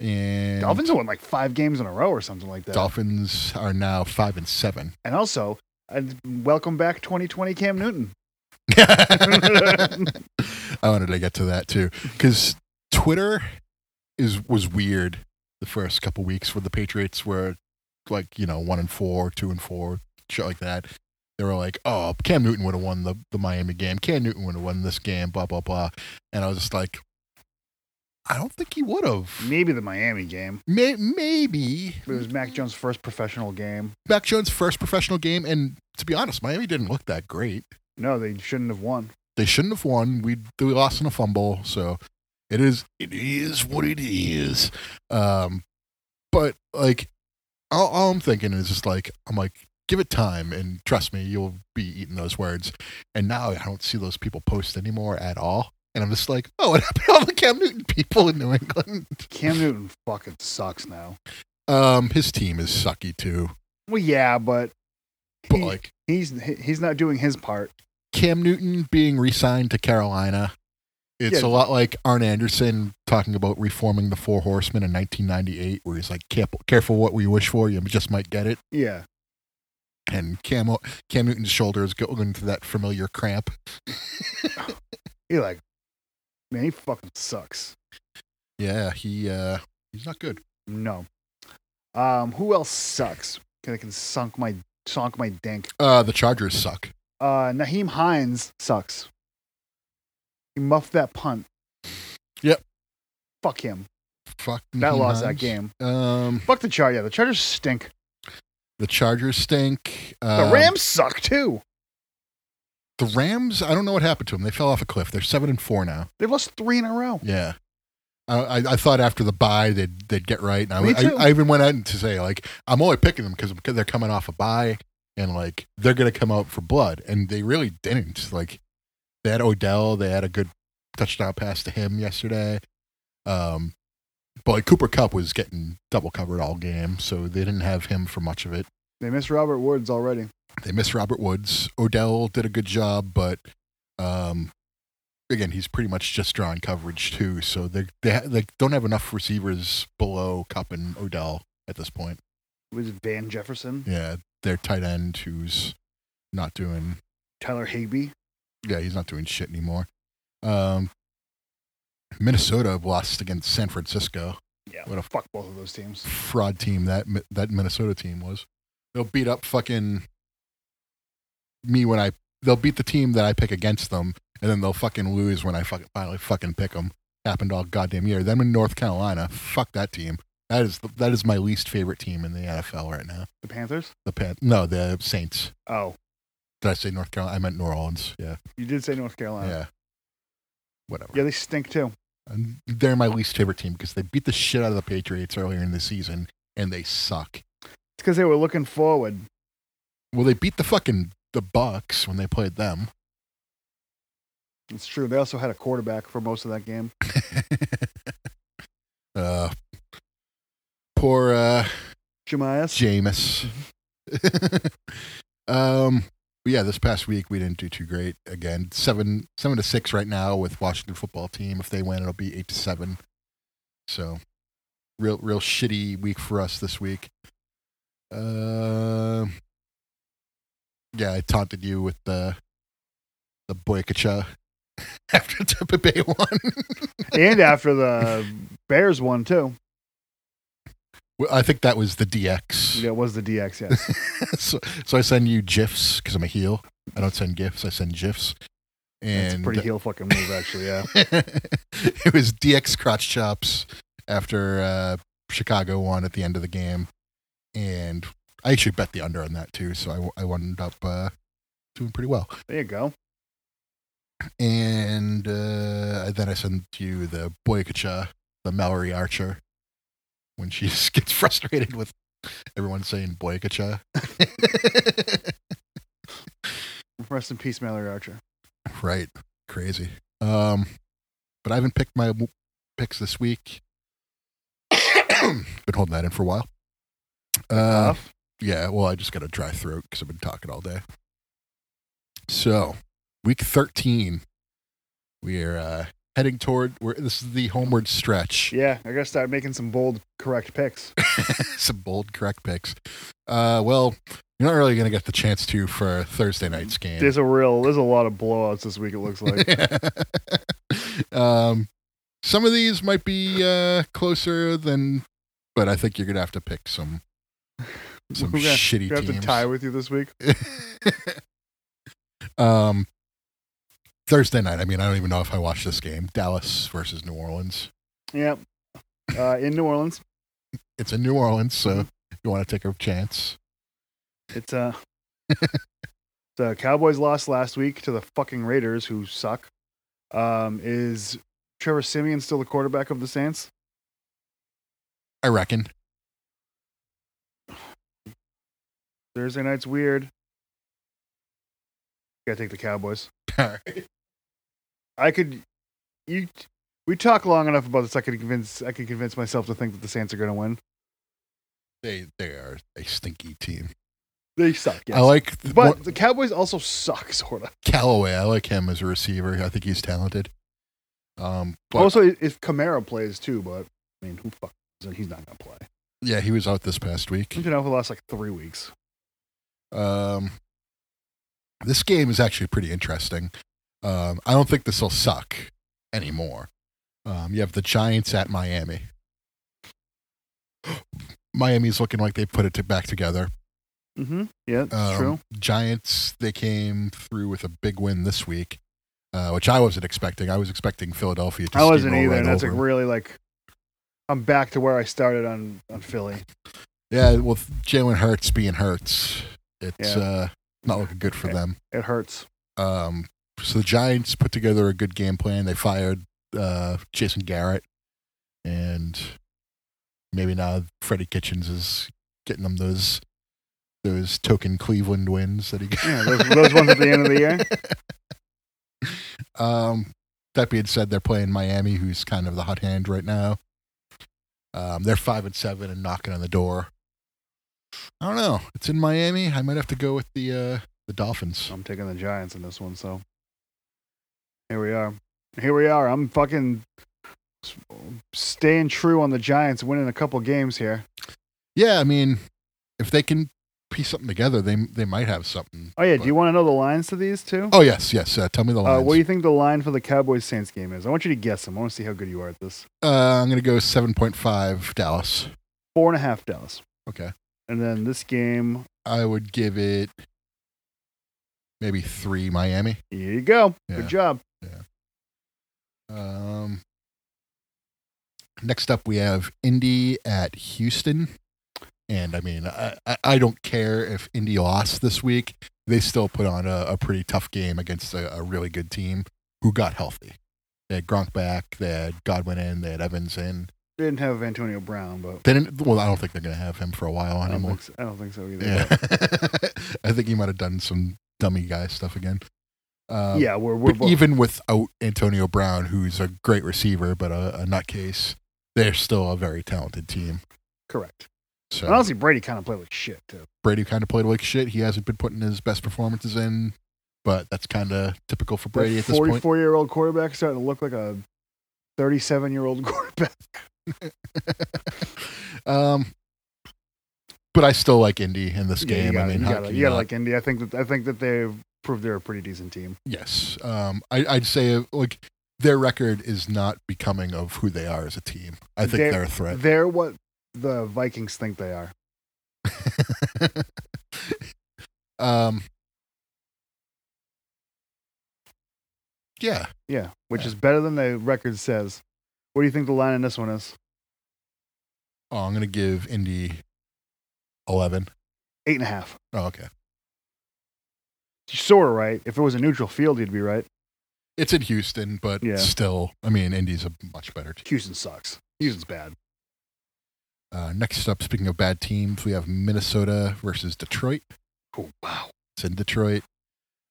Speaker 1: And
Speaker 2: Dolphins won like five games in a row or something like that.
Speaker 1: Dolphins are now five and seven.
Speaker 2: and also, and welcome back 2020 Cam Newton.
Speaker 1: I wanted to get to that too because Twitter is was weird the first couple weeks where the Patriots were like you know one and four, two and four, shit like that. They were like, "Oh, Cam Newton would have won the the Miami game. Cam Newton would have won this game." Blah blah blah. And I was just like, "I don't think he would have.
Speaker 2: Maybe the Miami game.
Speaker 1: May- maybe
Speaker 2: But it was Mac Jones' first professional game.
Speaker 1: Mac Jones' first professional game, and to be honest, Miami didn't look that great.
Speaker 2: No, they shouldn't have won.
Speaker 1: they shouldn't have won. We we lost in a fumble, so it is it is what it is. Um, but like, all, all I'm thinking is just like I'm like, give it time, and trust me, you'll be eating those words. And now I don't see those people post anymore at all, and I'm just like, oh, what happened to all the Cam Newton people in New England?
Speaker 2: Cam Newton fucking sucks now.
Speaker 1: Um, his team is sucky too,
Speaker 2: Well, yeah, but,
Speaker 1: but
Speaker 2: he-
Speaker 1: like
Speaker 2: he's he's not doing his part.
Speaker 1: Cam Newton being re-signed to Carolina. It's a
Speaker 2: Yeah.
Speaker 1: lot like Arn Anderson talking about reforming the Four Horsemen in 1998, where he's like, "Careful, careful what we wish for; you just might get it."
Speaker 2: Yeah,
Speaker 1: And Cam Cam Newton's shoulders go into that familiar cramp.
Speaker 2: he like, man, he fucking sucks.
Speaker 1: Yeah, he uh, he's not good.
Speaker 2: No. Um, who else sucks? Can I can sunk my sunk my dink.
Speaker 1: Uh, the Chargers suck.
Speaker 2: Uh, Naheem Hines sucks. He muffed that punt.
Speaker 1: Yep.
Speaker 2: Fuck him.
Speaker 1: Fuck
Speaker 2: That
Speaker 1: Naheem
Speaker 2: lost that
Speaker 1: Hines.
Speaker 2: game.
Speaker 1: Um,
Speaker 2: Fuck the Chargers. Yeah, the Chargers stink.
Speaker 1: the Chargers stink.
Speaker 2: The
Speaker 1: Um,
Speaker 2: Rams suck too.
Speaker 1: The Rams, I don't know what happened to them. They fell off a cliff. They're seven and four now.
Speaker 2: They've lost three in a row.
Speaker 1: Yeah. I, I, I thought after the bye they'd they'd get right, and I,
Speaker 2: Me too.
Speaker 1: I, I even went out to say like I'm only picking them because they're coming off a bye, and like they're gonna come out for blood, and they really didn't. Like they had Odell, they had a good touchdown pass to him yesterday, um, but like, Cooper Cup was getting double covered all game, so they didn't have him for much of it.
Speaker 2: They missed Robert Woods already.
Speaker 1: They missed Robert Woods. Odell did a good job, but um, again, he's pretty much just drawing coverage too. So they they, ha- they don't have enough receivers below Cup and Odell at this point.
Speaker 2: With Van Jefferson,
Speaker 1: Yeah, their tight end who's not doing
Speaker 2: Tyler Hagee.
Speaker 1: yeah he's not doing shit anymore. Um, Minnesota lost against San Francisco.
Speaker 2: Yeah.
Speaker 1: What a
Speaker 2: fuck both of those teams.
Speaker 1: fraud team that Mi- that Minnesota team was. They'll beat up fucking me when I. They'll beat the team that I pick against them, and then they'll fucking lose when I fucking finally fucking pick them. Happened all goddamn year. Them in North Carolina. Fuck that team. That is that is my least favorite team in the NFL right now.
Speaker 2: The Panthers?
Speaker 1: The Pan- no the Saints.
Speaker 2: Oh,
Speaker 1: Did I say North Carolina? I meant New Orleans. Yeah,
Speaker 2: you did say North Carolina.
Speaker 1: yeah. Whatever.
Speaker 2: Yeah, they stink too.
Speaker 1: And They're my least favorite team because they beat the shit out of the Patriots earlier in the season, and they suck.
Speaker 2: It's because they were looking forward.
Speaker 1: Well, they beat the fucking the Bucks when they played them.
Speaker 2: It's true. They also had a quarterback for most of that game.
Speaker 1: uh, poor uh,
Speaker 2: Jemias.
Speaker 1: Jameis. um, but yeah, this past week we didn't do too great. Again, seven seven to six right now with Washington football team. If they win, it'll be eight to seven. So, real real shitty week for us this week. Uh, yeah, I taunted you with the the Boykacha after Tampa Bay won.
Speaker 2: and after the Bears won too.
Speaker 1: Well, I think that was the DX.
Speaker 2: Yeah, it was the DX. Yes.
Speaker 1: so, so I send you GIFs because I'm a heel. I don't send GIFs. I send GIFs.
Speaker 2: It's a
Speaker 1: And uh,
Speaker 2: pretty heel fucking move, actually. Yeah.
Speaker 1: it was DX crotch chops after uh, Chicago won at the end of the game, and I actually bet the under on that too. So I, w- I wound up uh, doing pretty well.
Speaker 2: There you go.
Speaker 1: And uh, then I sent you the Boykacha, the Mallory Archer, when she just gets frustrated with everyone saying Boykacha.
Speaker 2: Rest in peace, Mallory Archer.
Speaker 1: Right. Crazy. Um, but I haven't picked my w- picks this week. been holding that in for a while. Uh,
Speaker 2: Tough.
Speaker 1: yeah, well, I just got a dry throat because I've been talking all day. So, week 13, we're uh, heading toward, we're, this is the homeward stretch.
Speaker 2: yeah, I gotta start making some bold, correct picks.
Speaker 1: Some bold, correct picks. Uh, well, you're not really going to get the chance to for Thursday night's game.
Speaker 2: Mm, There's a real, there's a lot of blowouts this week. It looks like.
Speaker 1: um, some of these might be uh, closer than, but I think you're gonna have to pick some some
Speaker 2: We're gonna-
Speaker 1: shitty
Speaker 2: Do I have to
Speaker 1: teams.
Speaker 2: tie with you this week?
Speaker 1: um, Thursday night. I mean, I don't even know if I watched this game. Dallas versus New Orleans.
Speaker 2: Yeah. Uh, in New Orleans,
Speaker 1: It's in New Orleans,
Speaker 2: Mm-hmm.
Speaker 1: so you want to take a chance.
Speaker 2: it's uh, the Cowboys lost last week to the fucking Raiders, who suck. Um, is Trevor Simeon still the quarterback of the Saints?
Speaker 1: I reckon.
Speaker 2: Thursday night's weird. Gotta take the Cowboys.
Speaker 1: All right.
Speaker 2: I could, you, we talk long enough about this. I could convince, I could convince myself to think that the Saints are gonna win.
Speaker 1: They they are a stinky team.
Speaker 2: They suck. Yes.
Speaker 1: I like th-
Speaker 2: but
Speaker 1: one-
Speaker 2: the Cowboys also suck, sort of.
Speaker 1: Callaway. I like him as a receiver. I think he's talented. Um, but
Speaker 2: also, if- if Camaro plays too, but I mean, who fuck? He's not gonna play.
Speaker 1: yeah, he was out this past week.
Speaker 2: He's been out for the last like three weeks.
Speaker 1: Um, this game is actually pretty interesting. Um, I don't think this will suck anymore. Um, you have the Giants at Miami. Miami's looking like they put it to back together.
Speaker 2: Mm-hmm. Yeah, that's
Speaker 1: Um,
Speaker 2: true.
Speaker 1: Giants, they came through with a big win this week, uh, which I wasn't expecting. I was expecting Philadelphia to
Speaker 2: I wasn't
Speaker 1: steamroll
Speaker 2: either,
Speaker 1: right
Speaker 2: and that's like
Speaker 1: over 'em.
Speaker 2: really like I'm back to where I started on on Philly.
Speaker 1: Yeah, well, Jalen Hurts being Hurts, it's
Speaker 2: Yeah.
Speaker 1: uh, not looking good for them.
Speaker 2: It hurts.
Speaker 1: Um, so the Giants put together a good game plan. They fired uh, Jason Garrett, and maybe now Freddie Kitchens is getting them those those token Cleveland wins that he got.
Speaker 2: Yeah, those, those ones at the end of the year.
Speaker 1: Um, that being said, they're playing Miami, who's kind of the hot hand right now. Um, they're five and seven and knocking on the door. I don't know. It's in Miami. I might have to go with the uh, the Dolphins.
Speaker 2: I'm taking the Giants in this one, so here we are. Here we are. I'm fucking s- staying true on the Giants, winning a couple games here.
Speaker 1: Yeah, I mean, if they can piece something together, they they might have something.
Speaker 2: Oh yeah,
Speaker 1: But-
Speaker 2: do you want to know the lines to these two?
Speaker 1: Oh yes, yes. Uh, tell me the
Speaker 2: Uh,
Speaker 1: lines.
Speaker 2: what do you think the line for the Cowboys Saints game is? I want you to guess them. I want to see how good you are at this.
Speaker 1: uh, I'm gonna go seven point five Dallas.
Speaker 2: Four and a half Dallas,
Speaker 1: Okay,
Speaker 2: and then this game.
Speaker 1: I would give it maybe three Miami.
Speaker 2: Here you go.
Speaker 1: Yeah.
Speaker 2: Good job.
Speaker 1: Um, next up, we have Indy at Houston. And I mean, I, I- I don't care if Indy lost this week. They still put on a, a pretty tough game against a, a really good team who got healthy. They had Gronk back, they had Godwin in, they had Evans in.
Speaker 2: They didn't have Antonio Brown, but
Speaker 1: They didn't, well, I don't think they're going to have him for a while
Speaker 2: I don't,
Speaker 1: anymore.
Speaker 2: think so, I don't think so either.
Speaker 1: Yeah. I think he might have done some dummy guy stuff again.
Speaker 2: but-
Speaker 1: Um,
Speaker 2: yeah, we're we're
Speaker 1: but
Speaker 2: both,
Speaker 1: even without Antonio Brown, who's a great receiver but a, a nutcase, they're still a very talented team.
Speaker 2: correct.
Speaker 1: So
Speaker 2: And honestly, Brady kind of played like shit too.
Speaker 1: Brady kind of played like shit. He hasn't been putting his best performances in, but that's kind of typical for Brady at this point.
Speaker 2: year old quarterback starting to look like a 37 year old quarterback.
Speaker 1: um, but I still like Indy in this
Speaker 2: Yeah, you
Speaker 1: game.
Speaker 2: gotta,
Speaker 1: I mean,
Speaker 2: you
Speaker 1: how
Speaker 2: gotta-
Speaker 1: can
Speaker 2: you
Speaker 1: you
Speaker 2: gotta
Speaker 1: not?
Speaker 2: like Indy. I think that I think that they've proved they're a pretty decent team.
Speaker 1: yes, um, I, I'd say like their record is not becoming of who they are as a team. I think
Speaker 2: They're-
Speaker 1: they're a threat.
Speaker 2: They're what the Vikings think they are.
Speaker 1: um, yeah,
Speaker 2: Yeah, which
Speaker 1: Yeah.
Speaker 2: is better than the record says. What do you think the line in this one is?
Speaker 1: oh, I'm gonna give Indy eleven.
Speaker 2: Eight and a half.
Speaker 1: Oh, okay.
Speaker 2: You sort of right. If it was a neutral field, you'd be right.
Speaker 1: It's in Houston, but
Speaker 2: Yeah.
Speaker 1: still, I mean, Indy's a much better team.
Speaker 2: Houston sucks. Houston's bad.
Speaker 1: Uh, next up, speaking of bad teams, we have Minnesota versus Detroit.
Speaker 2: Oh, wow.
Speaker 1: It's in Detroit.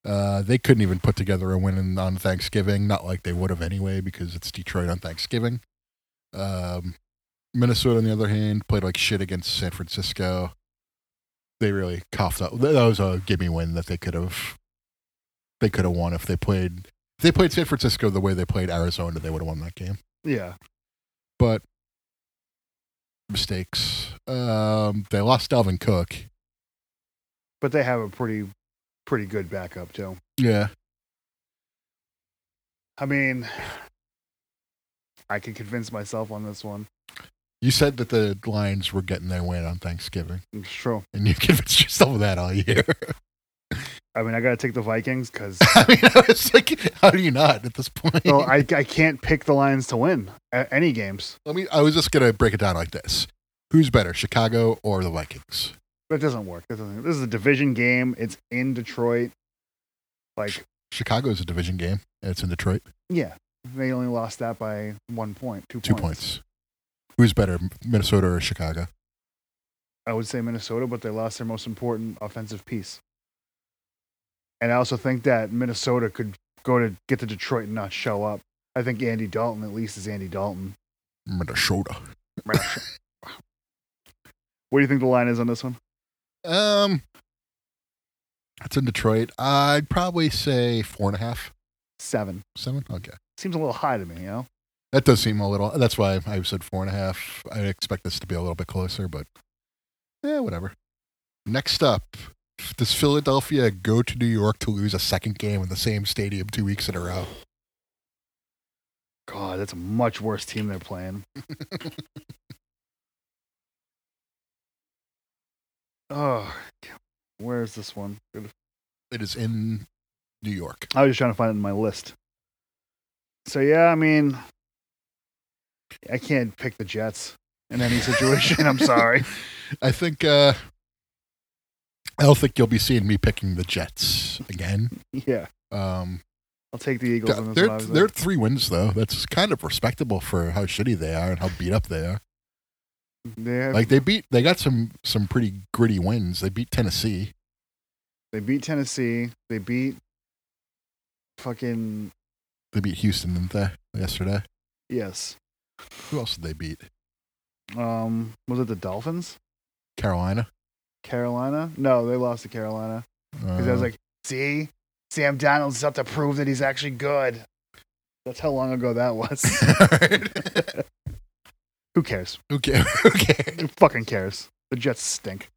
Speaker 1: Uh, they couldn't even put together a win in- on Thanksgiving, not like they would have anyway, because it's Detroit on Thanksgiving. Um, Minnesota, on the other hand, played like shit against San Francisco. They really coughed up. That that was a gimme win that they could have. They could have won if they played. If they played San Francisco the way they played Arizona, they would have won that game
Speaker 2: Yeah.
Speaker 1: but mistakes. Um, they lost Dalvin Cook.
Speaker 2: But they have a pretty, pretty good backup, too.
Speaker 1: Yeah,
Speaker 2: I mean, I could convince myself on this one.
Speaker 1: you said that the Lions were getting their win on Thanksgiving,
Speaker 2: It's true.
Speaker 1: and you convinced yourself of that all year.
Speaker 2: I mean, I got to take the Vikings because
Speaker 1: I mean, I was like, how do you not at this point?
Speaker 2: no, I, I can't pick the Lions to win a- any games.
Speaker 1: Let me. I was just gonna break it down like this: Who's better, Chicago or the Vikings?
Speaker 2: That doesn't work. That doesn't, this is a division game. It's in Detroit. Like,
Speaker 1: Chicago is a division game, and it's in Detroit.
Speaker 2: yeah, they only lost that by one point, two,
Speaker 1: Two
Speaker 2: points.
Speaker 1: points. Who's better, Minnesota or Chicago?
Speaker 2: I would say Minnesota, but they lost their most important offensive piece. And I also think that Minnesota could go to get to Detroit and not show up. I think Andy Dalton at least is Andy Dalton.
Speaker 1: Minnesota.
Speaker 2: What do you think the line is on this one?
Speaker 1: Um, it's in Detroit. I'd probably say four and a half,
Speaker 2: Seven.
Speaker 1: seven. Okay,
Speaker 2: seems a little high to me, you know?
Speaker 1: that does seem a little. That's why I said four and a half. I expect this to be a little bit closer, but yeah, whatever. Next up, does Philadelphia go to New York to lose a second game in the same stadium two weeks in a row?
Speaker 2: God, that's a much worse team they're playing. oh, where is this one?
Speaker 1: It is in New York.
Speaker 2: I was just trying to find it in my list. So, yeah, I mean, I can't pick the Jets in any situation. I'm sorry.
Speaker 1: I think. uh I don't think you'll be seeing me picking the Jets again.
Speaker 2: Yeah.
Speaker 1: Um,
Speaker 2: I'll take the eh? Eagles. on this
Speaker 1: they're
Speaker 2: one, obviously.
Speaker 1: they're three wins though. That's kind of respectable for how shitty they are and how beat up they are.
Speaker 2: They-
Speaker 1: Like they beat, they got some some pretty gritty wins. They beat Tennessee.
Speaker 2: They beat Tennessee. They beat fucking
Speaker 1: They beat Houston, didn't they? Yesterday.
Speaker 2: yes.
Speaker 1: Who else did they beat?
Speaker 2: Um, was it the Dolphins?
Speaker 1: Carolina.
Speaker 2: Carolina? No, they lost to Carolina because I was
Speaker 1: Uh,
Speaker 2: like, see, Sam Donald's up to prove that he's actually good. That's how long ago that was.
Speaker 1: Uh,
Speaker 2: Who cares?
Speaker 1: okay, okay.
Speaker 2: Who fucking cares? The Jets stink.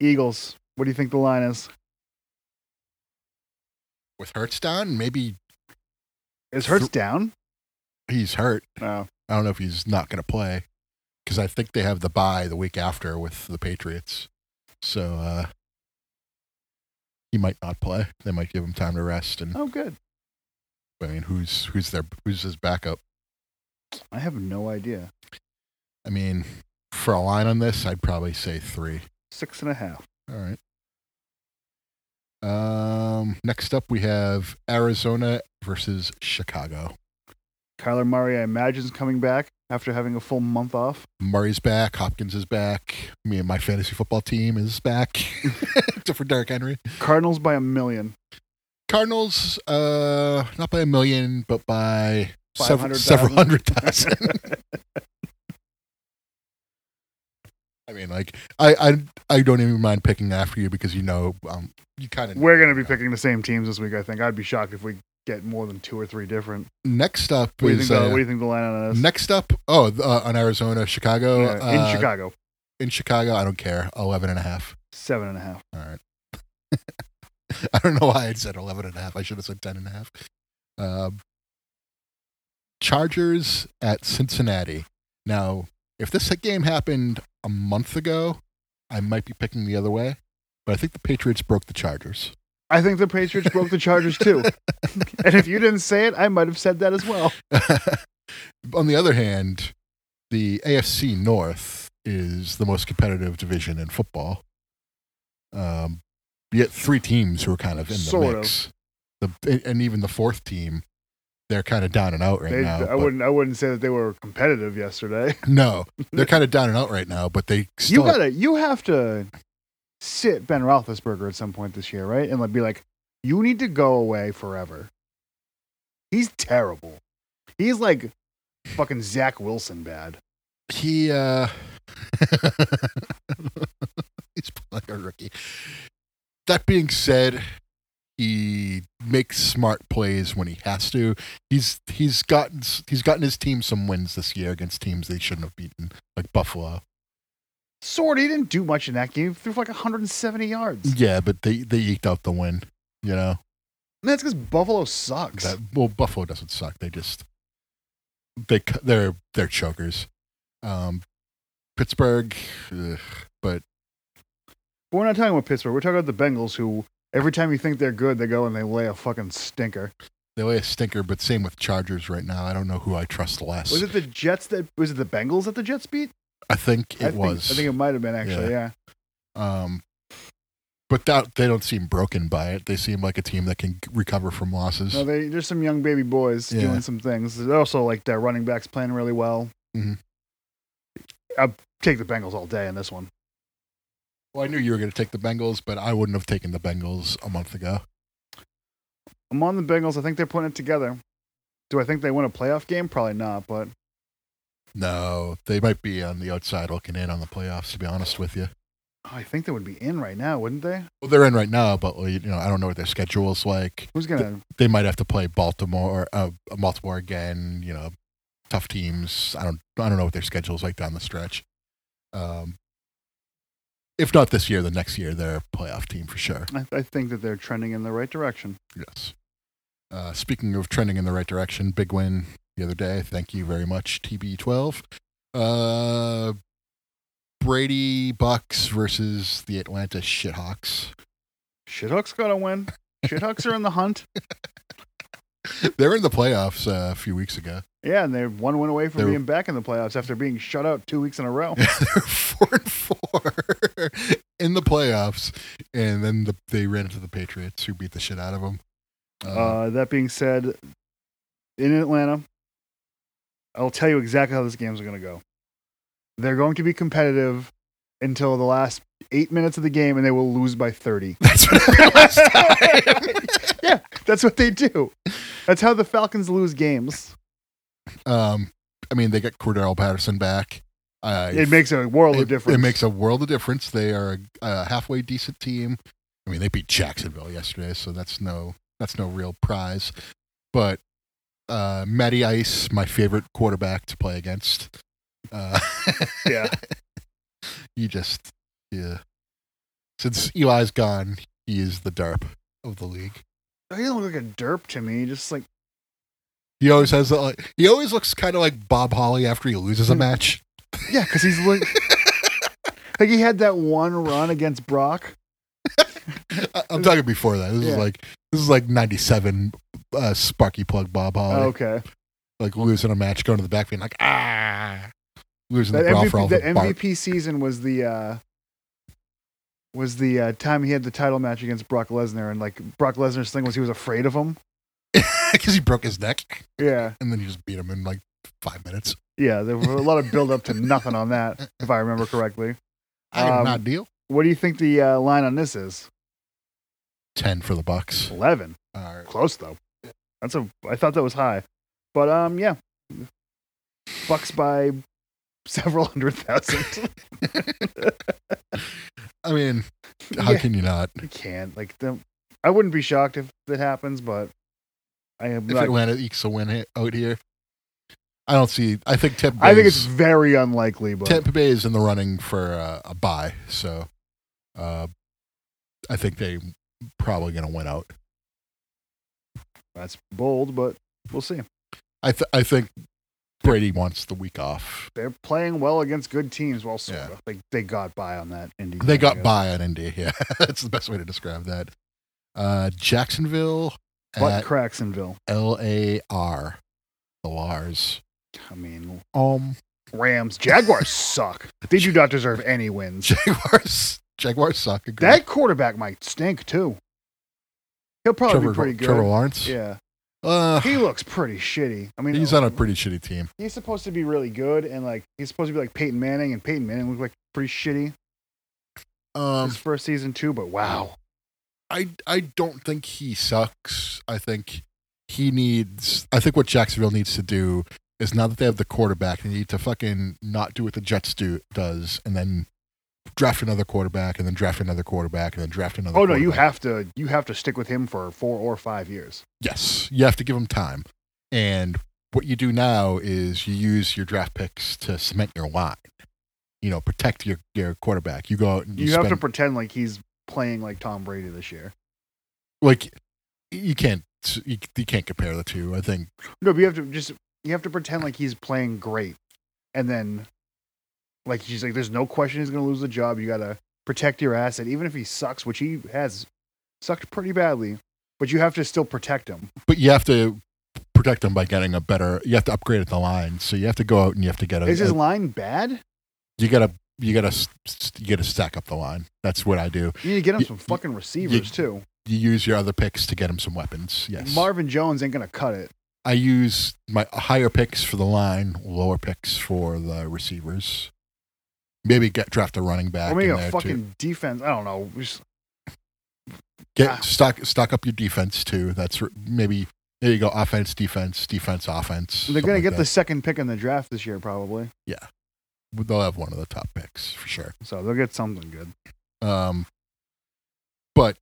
Speaker 2: Eagles. What do you think the line is?
Speaker 1: With Hurts down, maybe
Speaker 2: Is Hurts down?
Speaker 1: he's hurt.
Speaker 2: No.
Speaker 1: I don't know if he's not going to play because I think they have the bye the week after with the Patriots. So uh, he might not play. They might give him time to rest. And
Speaker 2: Oh, good.
Speaker 1: I mean, who's who's their who's his backup?
Speaker 2: I have no idea.
Speaker 1: I mean, for a line on this, I'd probably say three.
Speaker 2: Six and a half.
Speaker 1: All right. Um, next up we have Arizona versus Chicago.
Speaker 2: Kyler Murray, I imagine, is coming back after having a full month off.
Speaker 1: Murray's back, Hopkins is back, me and my fantasy football team is back. Except for Derrick Henry.
Speaker 2: Cardinals by a million.
Speaker 1: Cardinals, uh not by a million, but by several,
Speaker 2: 500,000.
Speaker 1: several hundred thousand. I mean, like I, I I don't even mind picking after you because you know um you kind of
Speaker 2: We're going to be picking the same teams this week, I think. I'd be shocked if we get more than two or three different.
Speaker 1: next up
Speaker 2: What do you
Speaker 1: is
Speaker 2: think, the,
Speaker 1: uh,
Speaker 2: what do you think the line on this?
Speaker 1: Next up, oh, th- uh, on Arizona, Chicago.
Speaker 2: Yeah, in
Speaker 1: uh,
Speaker 2: Chicago,
Speaker 1: In Chicago, I don't care. 11 and a half.
Speaker 2: seven and a half.
Speaker 1: All right. I don't know why I said 11 and a half. I should have said 10 and a half. Um, Chargers at Cincinnati. Now, if this game happened a month ago, I might be picking the other way, but I think the Patriots broke the Chargers.
Speaker 2: I think the Patriots broke the Chargers too. and if you didn't say it, I might have said that as well.
Speaker 1: on the other hand, the AFC North is the most competitive division in football. Um, yet three teams who are kind of in the
Speaker 2: Sort of.
Speaker 1: mix, the, and even the fourth team, they're kind of down and out right
Speaker 2: They-
Speaker 1: now.
Speaker 2: I
Speaker 1: but-
Speaker 2: wouldn't. I wouldn't say that they were competitive yesterday.
Speaker 1: No, they're kind of down and out right now, but they
Speaker 2: You
Speaker 1: still.
Speaker 2: gotta. You have to sit Ben Roethlisberger at some point this year, right? And like be like, you need to go away forever. He's terrible. He's like fucking Zach Wilson bad.
Speaker 1: he uh, he's like a rookie. That being said, he makes smart plays when he has to. He's he's gotten he's gotten his team some wins this year against teams they shouldn't have beaten, like Buffalo.
Speaker 2: Sort. of, He didn't do much in that game. He threw for like 170 yards. And
Speaker 1: Yeah, but they they eked out the win. You know
Speaker 2: that's because Buffalo sucks.
Speaker 1: that well Buffalo doesn't suck. They just they c- they're they're chokers. Um, Pittsburgh, uh, ugh, but
Speaker 2: But we're not talking about Pittsburgh. We're talking about the Bengals, who every time you think they're good, they go and they lay a fucking stinker.
Speaker 1: They lay a stinker, but same with Chargers right now. I don't know who I trust less.
Speaker 2: Was it the Jets that? Was it the Bengals that the Jets beat?
Speaker 1: I think it
Speaker 2: I think,
Speaker 1: was.
Speaker 2: I think it might have been actually. yeah.
Speaker 1: um, but that they don't seem broken by it. They seem like a team that can recover from losses.
Speaker 2: No, they, there's some young baby boys
Speaker 1: Yeah.
Speaker 2: doing some things. They're also like their running backs playing really well.
Speaker 1: Mhm.
Speaker 2: I'll take the Bengals all day in this one.
Speaker 1: well, I knew you were going to take the Bengals, but I wouldn't have taken the Bengals a month ago.
Speaker 2: I'm on the Bengals. I think they're putting it together. Do I think they win a playoff game? Probably not, but
Speaker 1: No, they might be on the outside looking in on the playoffs. To be honest with you,
Speaker 2: oh, I think they would be in right now, wouldn't they?
Speaker 1: well, they're in right now, but well, you know, I don't know what their schedule is like.
Speaker 2: Who's gonna?
Speaker 1: They might have to play Baltimore, uh, Baltimore again. You know, tough teams. I don't, I don't know what their schedule is like down the stretch. Um, if not this year, the next year they're a playoff team for sure.
Speaker 2: I, I think that they're trending in the right direction.
Speaker 1: Yes. Uh, speaking of trending in the right direction, big win the other day. Thank you very much, TB12. Uh, Brady Bucks versus the Atlanta Shithawks.
Speaker 2: Shithucks got to win. Shithucks are in the hunt.
Speaker 1: They were in the playoffs uh, a few weeks ago.
Speaker 2: Yeah, and they're one win away from
Speaker 1: They're-
Speaker 2: being back in the playoffs after being shut out two weeks in a row.
Speaker 1: they were four and four in the playoffs, and then the, they ran into the Patriots, who beat the shit out of them. Uh,
Speaker 2: Uh, that being said, in Atlanta, I'll tell you exactly how this game's going to go. They're going to be competitive until the last eight minutes of the game, and they will lose by 30.
Speaker 1: that's what I did last time.
Speaker 2: yeah, that's what they do. That's how the Falcons lose games.
Speaker 1: um, I mean, they got Cordell Patterson back. I
Speaker 2: It makes a world of
Speaker 1: it- It
Speaker 2: difference.
Speaker 1: makes a world of difference. They are a, a halfway decent team. I mean, they beat Jacksonville yesterday, so that's no that's no real prize. But uh, Matty Ice, my favorite quarterback to play against. Uh,
Speaker 2: yeah.
Speaker 1: you just yeah. Since Eli's gone, he is the derp of the league.
Speaker 2: He doesn't look like a derp to me. Just like
Speaker 1: He always has the, like he always looks kind of like Bob Holly after he loses a
Speaker 2: Hmm.
Speaker 1: match.
Speaker 2: yeah, because he's like like he had that one run against Brock.
Speaker 1: I, am talking before that. This
Speaker 2: Yeah.
Speaker 1: is like this is like '97 uh, Sparky Plug Bob Holly.
Speaker 2: Oh, okay,
Speaker 1: like losing a match, going to the back, being like ah, losing
Speaker 2: that
Speaker 1: the brawl for
Speaker 2: MVP,
Speaker 1: all
Speaker 2: that
Speaker 1: the bar-
Speaker 2: MVP season was the uh was the uh, time he had the title match against Brock Lesnar, and like Brock Lesnar's thing was he was afraid of him.
Speaker 1: because he broke his neck,
Speaker 2: Yeah,
Speaker 1: and then he just beat him in like five minutes.
Speaker 2: yeah. There was a lot of build up to nothing on that, if I remember correctly.
Speaker 1: I did
Speaker 2: Um,
Speaker 1: not deal.
Speaker 2: What do you think the uh, line on this is?
Speaker 1: Ten for the Bucks.
Speaker 2: Eleven.
Speaker 1: All right.
Speaker 2: Close though. That's a. I thought that was high, but um, yeah. Bucks by several hundred thousand.
Speaker 1: I mean, how
Speaker 2: Yeah.
Speaker 1: can you not?
Speaker 2: you can't like them. I wouldn't be shocked if that happens, but I am.
Speaker 1: If
Speaker 2: not-
Speaker 1: Atlanta ekes a win he- out here, I don't see. I think Tampa. Bay
Speaker 2: I think it's
Speaker 1: is,
Speaker 2: very unlikely, but
Speaker 1: Tampa Bay is in the running for uh, a bye, so uh, I think they probably going to win out.
Speaker 2: that's bold. But we'll see.
Speaker 1: I th- I think Brady wants the week off.
Speaker 2: They're playing well against good teams. Well, sort
Speaker 1: Yeah.
Speaker 2: of. Like they got by on that. Indy
Speaker 1: They
Speaker 2: team, I
Speaker 1: got
Speaker 2: guess.
Speaker 1: by on India. Yeah, that's the best way to describe that. Uh, Jacksonville
Speaker 2: But
Speaker 1: at
Speaker 2: Cracksonville.
Speaker 1: L A R, the Lars.
Speaker 2: I mean,
Speaker 1: Um,
Speaker 2: Rams, Jaguars suck. They do not deserve any wins.
Speaker 1: Jaguars. Jaguars suck. Agree.
Speaker 2: That quarterback might stink too. He'll probably
Speaker 1: Trevor,
Speaker 2: be pretty good.
Speaker 1: Trevor Lawrence.
Speaker 2: Yeah,
Speaker 1: Uh,
Speaker 2: he looks pretty shitty. I mean,
Speaker 1: he's on a pretty shitty team.
Speaker 2: he's supposed to be really good, and like he's supposed to be like Peyton Manning, and Peyton Manning looked like pretty shitty
Speaker 1: Um,
Speaker 2: his first season too. But wow,
Speaker 1: I I don't think he sucks. I think he needs. I think what Jacksonville needs to do is now that they have the quarterback, they need to fucking not do what the Jets do does, and then draft another quarterback, and then draft another quarterback, and then draft another.
Speaker 2: oh no, you
Speaker 1: quarterback.
Speaker 2: have to you have to stick with him for four or five years.
Speaker 1: Yes, you have to give them time. And what you do now is you use your draft picks to cement your line. You know, protect your, your quarterback. You go out and you,
Speaker 2: You, have to
Speaker 1: spend-
Speaker 2: pretend like he's playing like Tom Brady this year.
Speaker 1: like you can't you, you can't compare the two. I think
Speaker 2: No, but you have to just you have to pretend like he's playing great, and then like he's like, there's no question he's gonna lose the job. You gotta protect your asset, even if he sucks, which he has sucked pretty badly. But you have to still protect him.
Speaker 1: but you have to protect them by getting a better you have to upgrade at the line so you have to go out and you have to get a,
Speaker 2: Is his line bad?
Speaker 1: you gotta you gotta s- s- you gotta stack up the line that's what i do
Speaker 2: You need to get him
Speaker 1: You-
Speaker 2: some
Speaker 1: you-
Speaker 2: fucking receivers too.
Speaker 1: you use your other picks to get him some weapons yes
Speaker 2: Marvin Jones ain't gonna cut it.
Speaker 1: i use my higher picks for the line lower picks for the receivers maybe get draft a running back
Speaker 2: Or maybe
Speaker 1: in
Speaker 2: a
Speaker 1: there
Speaker 2: fucking
Speaker 1: too.
Speaker 2: defense. I don't know. We just-
Speaker 1: get
Speaker 2: ah.
Speaker 1: stock stock up your defense too that's r- maybe there you go offense defense defense offense
Speaker 2: They're
Speaker 1: something
Speaker 2: gonna
Speaker 1: like
Speaker 2: get the
Speaker 1: that.
Speaker 2: second pick in the draft this year probably,
Speaker 1: they'll have one of the top picks for sure
Speaker 2: so they'll get something good.
Speaker 1: Um, but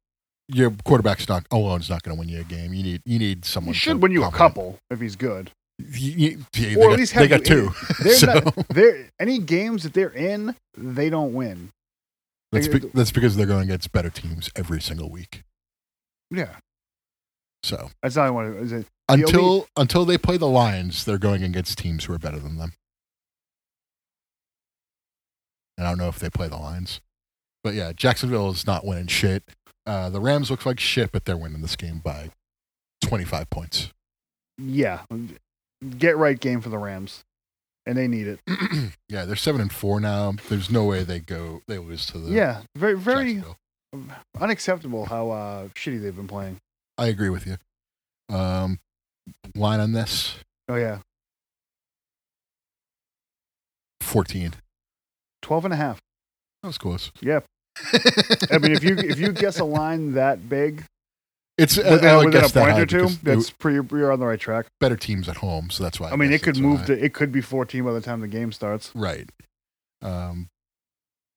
Speaker 1: your quarterback's not alone's not going to win you a game. You need you need someone.
Speaker 2: He should
Speaker 1: to
Speaker 2: win you a
Speaker 1: complement.
Speaker 2: couple if he's good.
Speaker 1: You- you- they
Speaker 2: Or at
Speaker 1: got-
Speaker 2: least
Speaker 1: they
Speaker 2: have
Speaker 1: got two.
Speaker 2: you in. They're
Speaker 1: so
Speaker 2: not. They're any games that they're in, they don't win.
Speaker 1: that's, be, that's because they're going against better teams every single week.
Speaker 2: Yeah,
Speaker 1: So
Speaker 2: that's not what it is. It, The only-
Speaker 1: until until they play the Lions, they're going against teams who are better than them. And I don't know if they play the Lions, but yeah, Jacksonville is not winning shit. Uh, the Rams look like shit, but they're winning this game by twenty five points.
Speaker 2: yeah, get right game for the Rams, and they need it.
Speaker 1: yeah, they're seven and four now. There's no way they go they lose to the
Speaker 2: Yeah, very very
Speaker 1: Jacksonville.
Speaker 2: unacceptable how uh, shitty they've been playing.
Speaker 1: I agree with you. um, line on this?
Speaker 2: Oh yeah,
Speaker 1: 14.
Speaker 2: 12 and a half.
Speaker 1: That was close.
Speaker 2: Yeah. I mean, if you if you guess a line that big
Speaker 1: it's uh, I-
Speaker 2: within,
Speaker 1: I would
Speaker 2: within a
Speaker 1: guess that
Speaker 2: point
Speaker 1: high
Speaker 2: or two,
Speaker 1: because it-
Speaker 2: that's pretty. You're on the right track.
Speaker 1: better teams at home, so that's why.
Speaker 2: I mean,
Speaker 1: guess
Speaker 2: it could
Speaker 1: it's
Speaker 2: move
Speaker 1: high.
Speaker 2: to it could be 14 by the time the game starts.
Speaker 1: Right. Um,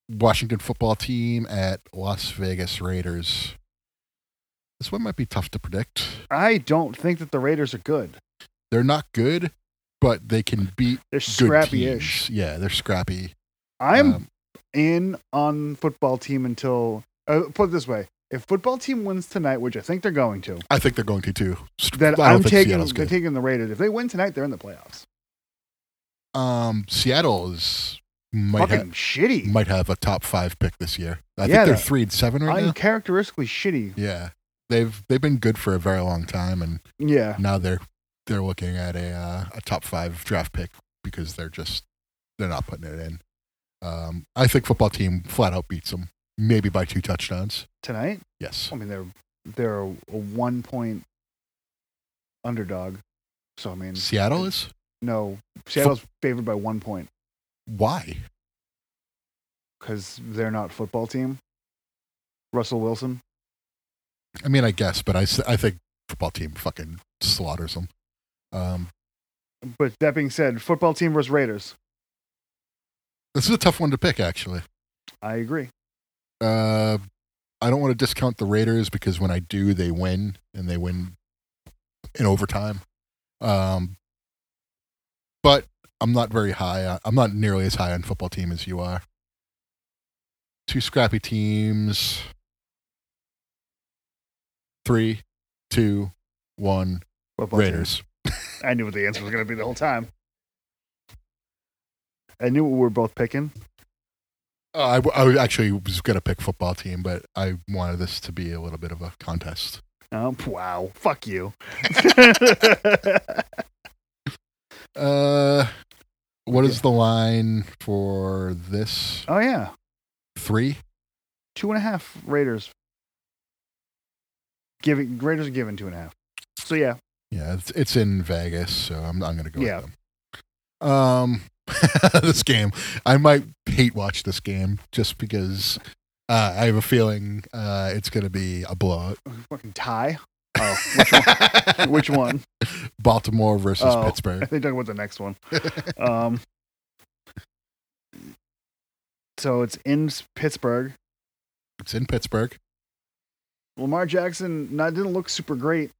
Speaker 1: Washington football team at Las Vegas Raiders. This one might be tough to predict.
Speaker 2: I don't think that the Raiders are good.
Speaker 1: They're not good, but they can beat
Speaker 2: They're
Speaker 1: good
Speaker 2: scrappy-ish.
Speaker 1: teams. Yeah, they're scrappy.
Speaker 2: I'm
Speaker 1: Um,
Speaker 2: in on football team until uh, put it this way: if football team wins tonight, which I think they're going to,
Speaker 1: I think they're going to too. St-
Speaker 2: that
Speaker 1: I don't
Speaker 2: I'm
Speaker 1: think
Speaker 2: taking
Speaker 1: Seattle's
Speaker 2: they're
Speaker 1: good.
Speaker 2: taking the Raiders. If they win tonight, they're in the playoffs.
Speaker 1: um, Seattle is might
Speaker 2: Fucking
Speaker 1: ha-
Speaker 2: shitty,
Speaker 1: might have a top five pick this year. I
Speaker 2: Yeah,
Speaker 1: think they're
Speaker 2: that-
Speaker 1: three and seven right now.
Speaker 2: uncharacteristically shitty.
Speaker 1: Yeah, they've they've been good for a very long time, and
Speaker 2: Yeah,
Speaker 1: now they're they're looking at a uh, a top five draft pick because they're just they're not putting it in. Um, I think football team flat out beats them, maybe by two touchdowns.
Speaker 2: tonight.
Speaker 1: Yes,
Speaker 2: I mean, they're they're a one point underdog. So I mean,
Speaker 1: Seattle is
Speaker 2: no, Seattle's favored by one point
Speaker 1: why?
Speaker 2: because they're not football team. Russell Wilson.
Speaker 1: I mean, I guess, but I s- I think football team fucking slaughters them. Um,
Speaker 2: But that being said, football team versus Raiders.
Speaker 1: this is a tough one to pick, actually.
Speaker 2: I agree.
Speaker 1: Uh, I don't want to discount the Raiders because when I do, they win and they win in overtime. Um, but I'm not very high. On, I'm not nearly as high on football team as you are. Two scrappy teams. Three, two, one.
Speaker 2: Football team.
Speaker 1: Raiders.
Speaker 2: I knew what the answer was going to be the whole time. I knew what we were both picking.
Speaker 1: Uh, I, w- I w- actually was gonna pick football team, but I wanted this to be a little bit of a contest.
Speaker 2: Oh, wow. Fuck you.
Speaker 1: Uh, what is the line for this?
Speaker 2: oh, yeah.
Speaker 1: Three?
Speaker 2: Two and a half Raiders. Giving Raiders are given two and a half. So, yeah.
Speaker 1: Yeah, it's, it's in Vegas, so I'm, I'm gonna go.
Speaker 2: Yeah.
Speaker 1: Yeah. With them. Um, this game, I might hate watch this game just because uh, I have a feeling uh, it's gonna be a blowout.
Speaker 2: Fucking tie. Oh, which one? which one?
Speaker 1: Baltimore versus
Speaker 2: Oh.
Speaker 1: Pittsburgh.
Speaker 2: They talking about the next one. Um, so, it's in Pittsburgh.
Speaker 1: It's in Pittsburgh.
Speaker 2: Lamar Jackson not, didn't look super great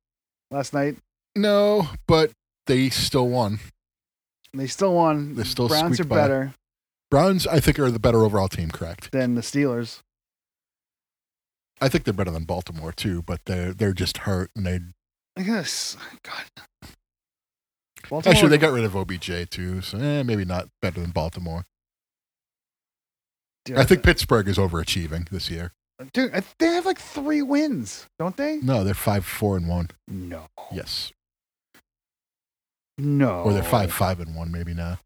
Speaker 2: last night.
Speaker 1: No, but they still won.
Speaker 2: They still won.
Speaker 1: They still
Speaker 2: Browns are
Speaker 1: squeaked by.
Speaker 2: better.
Speaker 1: Browns, I think, are the better overall team. Correct.
Speaker 2: than the Steelers.
Speaker 1: I think they're better than Baltimore too, but they're they're just hurt and they
Speaker 2: I guess. God. Baltimore,
Speaker 1: Actually, they got rid of OBJ too, so eh, maybe not better than Baltimore.
Speaker 2: dude,
Speaker 1: I think Pittsburgh is overachieving this year.
Speaker 2: dude, I- they have like three wins, don't they?
Speaker 1: No, they're five four and one.
Speaker 2: No.
Speaker 1: Yes,
Speaker 2: No.
Speaker 1: or they're five five and one maybe now.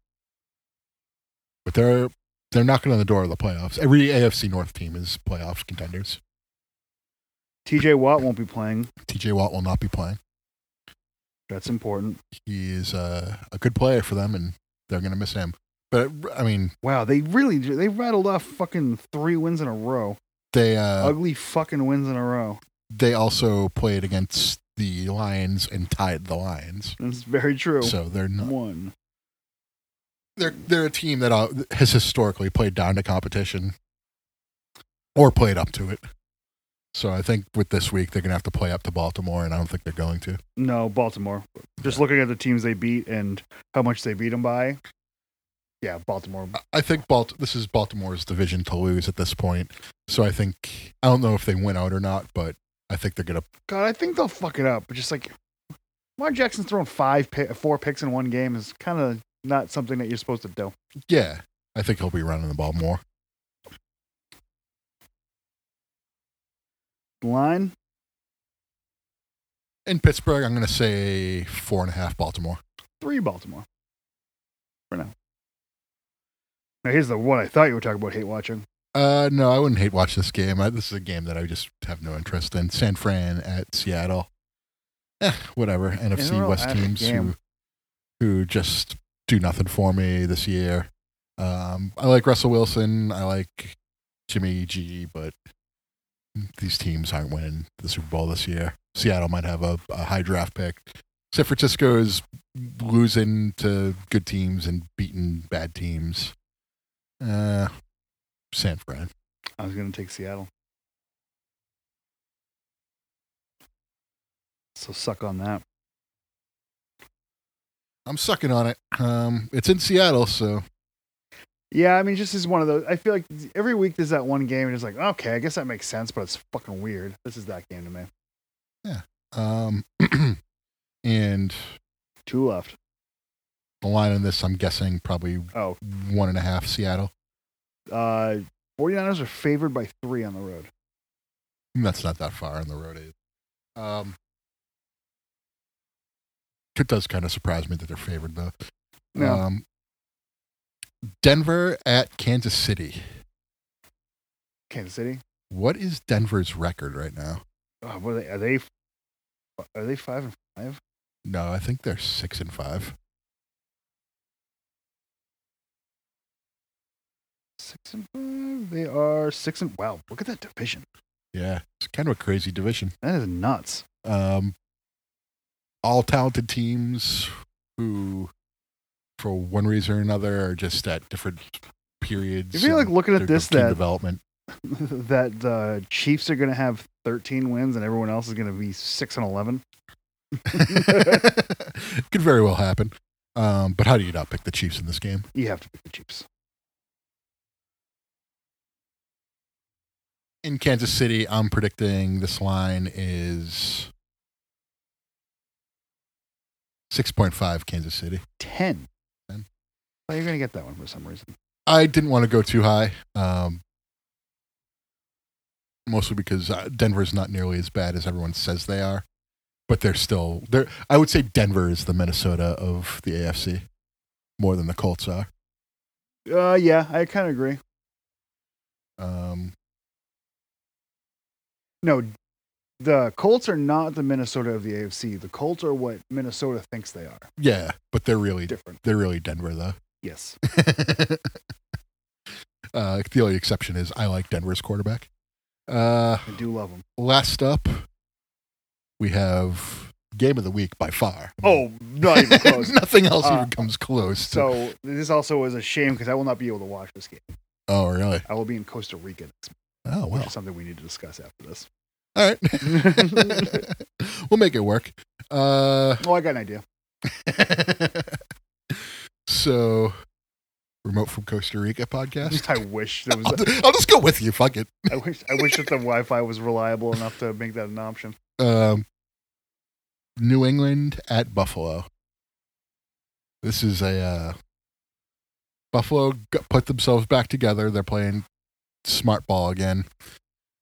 Speaker 1: But they're they're knocking on the door of the playoffs. Every AFC North team is playoff contenders.
Speaker 2: TJ Watt won't be playing.
Speaker 1: T.J. Watt will not be playing.
Speaker 2: That's important.
Speaker 1: He is uh, a good player for them, and they're going to miss him. But I mean,
Speaker 2: Wow, they really do- they rattled off fucking three wins in a row.
Speaker 1: they uh,
Speaker 2: Ugly fucking wins in a row.
Speaker 1: they also played against the Lions and tied the Lions.
Speaker 2: That's very true.
Speaker 1: So they're not,
Speaker 2: One.
Speaker 1: they're they're a team that uh, has historically played down to competition or played up to it. So I think with this week they're gonna have to play up to Baltimore, and I don't think they're going to.
Speaker 2: No, Baltimore. Just looking at the teams they beat and how much they beat them by. Yeah, Baltimore.
Speaker 1: I- I think Balt this is Baltimore's division to lose at this point. So I think I don't know if they win out or not, but I think they're gonna.
Speaker 2: God, I think they'll fuck it up. But just like Lamar Jackson's throwing five, pi- four picks in one game is kind of not something that you're supposed to do.
Speaker 1: Yeah, I think he'll be running the ball more.
Speaker 2: Line
Speaker 1: In Pittsburgh, I'm gonna say four and a half Baltimore.
Speaker 2: three, Baltimore. For now. Now here's the one I thought you were talking about. Hate watching.
Speaker 1: Uh, no, I wouldn't hate watch this game. I, this is a game that I just have no interest in. San Fran at Seattle. eh, whatever NFC
Speaker 2: they're all
Speaker 1: West
Speaker 2: out of the
Speaker 1: teams who
Speaker 2: game.
Speaker 1: who just do nothing for me this year. Um, I like Russell Wilson. I like Jimmy G, but these teams aren't winning the Super Bowl this year. Seattle might have a, a high draft pick. San Francisco is losing to good teams and beating bad teams. Uh, San Fran.
Speaker 2: I was going to take Seattle. So suck on that.
Speaker 1: I'm sucking on it. Um, it's in Seattle, so
Speaker 2: Yeah, I mean, just as one of those. I feel like every week there's that one game, and it's like, okay, I guess that makes sense, but it's fucking weird. This is that game to me.
Speaker 1: um, and
Speaker 2: Two left.
Speaker 1: the line on this, I'm guessing probably
Speaker 2: Oh,
Speaker 1: one and a half Seattle.
Speaker 2: uh, 49ers are favored by three on the road.
Speaker 1: That's not that far on the road. Either. Um, it does kind of surprise me that they're favored though.
Speaker 2: Yeah.
Speaker 1: Um, Denver at Kansas City.
Speaker 2: Kansas City.
Speaker 1: What is Denver's record right now?
Speaker 2: Oh, what are they? Are they? Are they five and five?
Speaker 1: No, I think they're six and five.
Speaker 2: Six and five. They are six and wow. Look at that division.
Speaker 1: Yeah, it's kind of a crazy division.
Speaker 2: That is nuts.
Speaker 1: um, all talented teams who, for one reason or another, are just at different periods.
Speaker 2: If you're like
Speaker 1: in
Speaker 2: looking
Speaker 1: their
Speaker 2: at this,
Speaker 1: team
Speaker 2: that
Speaker 1: development,
Speaker 2: that the Chiefs are going to have 13 wins and everyone else is going to be 6 and 11.
Speaker 1: could very well happen. Um, but how do you not pick the Chiefs in this game?
Speaker 2: You have to pick the Chiefs.
Speaker 1: In Kansas City, I'm predicting this line is six point five. Kansas City.
Speaker 2: 10.
Speaker 1: Ten.
Speaker 2: Well, you're going to get that one for some reason.
Speaker 1: I didn't want to go too high, um, mostly because uh, Denver's not nearly as bad as everyone says they are, but they're still they're. I would say Denver is the Minnesota of the AFC more than the Colts are.
Speaker 2: Uh, yeah, I kind of agree.
Speaker 1: Um,
Speaker 2: No, the Colts are not the Minnesota of the AFC. The Colts are what Minnesota thinks they are.
Speaker 1: yeah, but they're really
Speaker 2: Different.
Speaker 1: they're really Denver though.
Speaker 2: Yes.
Speaker 1: uh, the only exception is I like Denver's quarterback. Uh,
Speaker 2: I do love them.
Speaker 1: last up, we have game of the week by far.
Speaker 2: Oh, not even close.
Speaker 1: Nothing else
Speaker 2: Uh,
Speaker 1: even comes close. To,
Speaker 2: so this also is a shame because I will not be able to watch this game.
Speaker 1: oh, really?
Speaker 2: I will be in Costa Rica next month,
Speaker 1: Oh,
Speaker 2: which
Speaker 1: well.
Speaker 2: is something we need to discuss after this.
Speaker 1: All right. we'll make it work. Uh,
Speaker 2: Oh, I got an idea.
Speaker 1: so, remote from Costa Rica podcast.
Speaker 2: I wish there was.
Speaker 1: I'll, I'll just go with you. Fuck it.
Speaker 2: I wish I wish that the Wi-Fi was reliable enough to make that an option.
Speaker 1: Um, New England at Buffalo. This is a uh, Buffalo got, put themselves back together. They're playing smart ball again.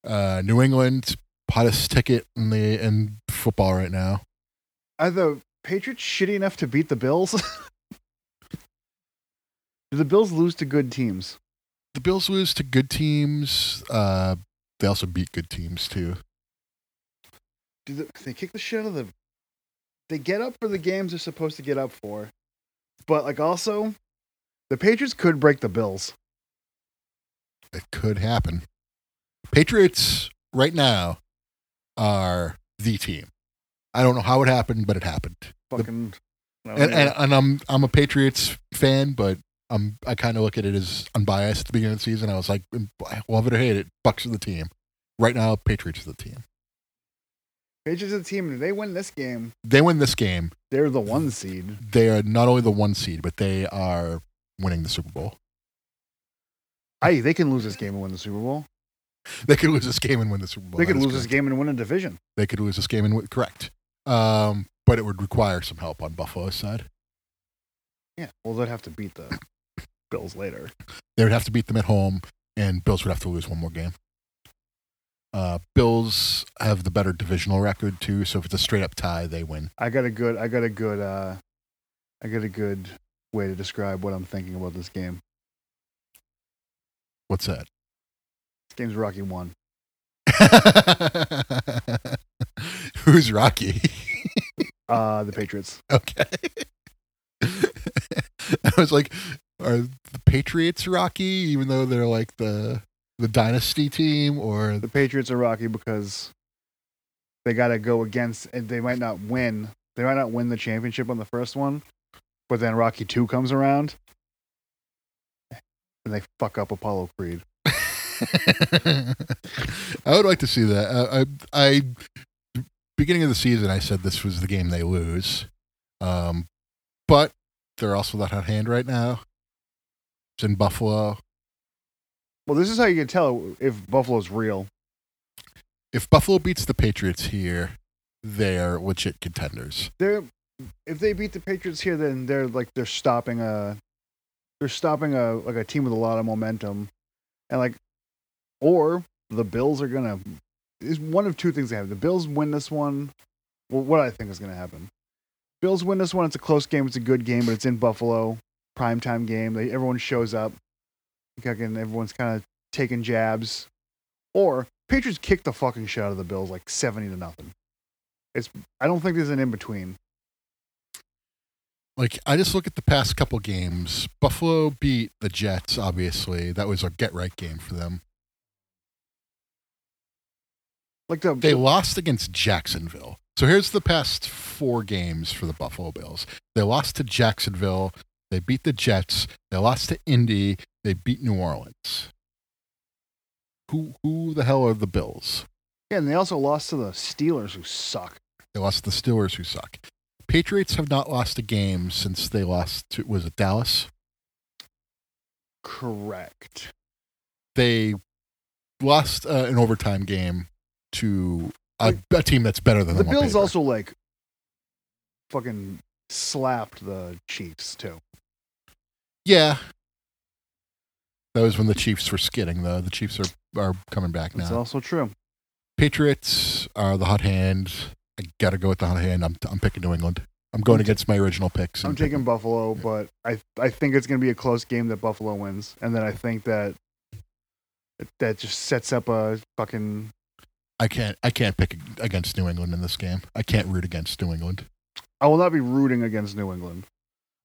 Speaker 1: Uh, New England hottest ticket in the in football right now.
Speaker 2: Are the Patriots shitty enough to beat the Bills? Do the Bills lose to good teams?
Speaker 1: The Bills lose to good teams. Uh, they also beat good teams too.
Speaker 2: Do the, they kick the shit out of the? They get up for the games they're supposed to get up for, but like also, the Patriots could break the Bills.
Speaker 1: It could happen. Patriots right now are the team. I don't know how it happened, but it happened.
Speaker 2: Fucking. no,
Speaker 1: and,
Speaker 2: no.
Speaker 1: and, and I'm I'm a Patriots fan, but I'm I kind of look at it as unbiased at the beginning of the season. I was like, "Mm, I love it or hate it, Bucks are the team. Right now, Patriots are the team.
Speaker 2: Patriots are the team, and if they win this game,
Speaker 1: They win this game.
Speaker 2: they're the one seed.
Speaker 1: They are not only the one seed, but they are winning the Super Bowl.
Speaker 2: I they can lose this game and win the Super Bowl.
Speaker 1: They could lose this game and win the Super Bowl.
Speaker 2: they
Speaker 1: That
Speaker 2: could
Speaker 1: is
Speaker 2: lose this
Speaker 1: correct.
Speaker 2: game and win a division.
Speaker 1: They could lose this game and win. Correct. Um, but it would require some help on Buffalo's side.
Speaker 2: Yeah. Well, they'd have to beat the Bills later.
Speaker 1: They would have to beat them at home, and Bills would have to lose one more game. Uh, Bills have the better divisional record too, so if it's a straight up tie, they win.
Speaker 2: I got a good. I got a good. uh I got a good way to describe what I'm thinking about this game.
Speaker 1: What's that?
Speaker 2: This game's Rocky one.
Speaker 1: Who's Rocky?
Speaker 2: Uh, the Patriots.
Speaker 1: Okay. I was like, are the Patriots Rocky, even though they're like the the dynasty team, or
Speaker 2: The Patriots are rocky because they got to go against, and they might not win. They might not win the championship on the first one, but then Rocky Two comes around, and they fuck up Apollo Creed.
Speaker 1: I would like to see that. Uh, I, I, beginning of the season, I said this was the game they lose, um, but they're also that hot hand right now. It's in Buffalo.
Speaker 2: Well, this is how you can tell if Buffalo's real.
Speaker 1: If Buffalo beats the Patriots here, they're legit contenders.
Speaker 2: They're if they beat the Patriots here, then they're like they're stopping a they're stopping a like a team with a lot of momentum, and like or the Bills are gonna is one of two things that happen. The Bills win this one. Well, what I think is gonna happen. Bills win this one. It's a close game. It's a good game, but it's in Buffalo, primetime game. They, everyone shows up. Fucking everyone's kind of taking jabs. Or Patriots kick the fucking shit out of the Bills like seventy to nothing. It's I don't think there's an in between.
Speaker 1: Like I just look at the past couple games. Buffalo beat the Jets. Obviously, that was a get right game for them.
Speaker 2: Like the
Speaker 1: They lost against Jacksonville. So here's the past four games for the Buffalo Bills. They lost to Jacksonville. They beat the Jets. They lost to Indy. They beat New Orleans. Who who the hell are the Bills?
Speaker 2: Yeah, and they also lost to the Steelers, who suck.
Speaker 1: They lost to the Steelers, who suck. Patriots have not lost a game since they lost to was it Dallas?
Speaker 2: Correct.
Speaker 1: They lost uh, an overtime game to a, a team that's better than
Speaker 2: the
Speaker 1: them on
Speaker 2: Bills
Speaker 1: paper.
Speaker 2: also like fucking slapped the Chiefs too.
Speaker 1: Yeah. That was when the Chiefs were skidding, though. The Chiefs are, are coming back now.
Speaker 2: That's also true.
Speaker 1: Patriots are the hot hand. I got to go with the hot hand. I'm, I'm picking New England. I'm going against my original picks.
Speaker 2: I'm
Speaker 1: and
Speaker 2: taking Buffalo,
Speaker 1: Yeah.
Speaker 2: but I I think it's gonna be a close game that Buffalo wins, and then I think that that just sets up a fucking.
Speaker 1: I can't. I can't pick against New England in this game. I can't root against New England.
Speaker 2: I will not be rooting against New England.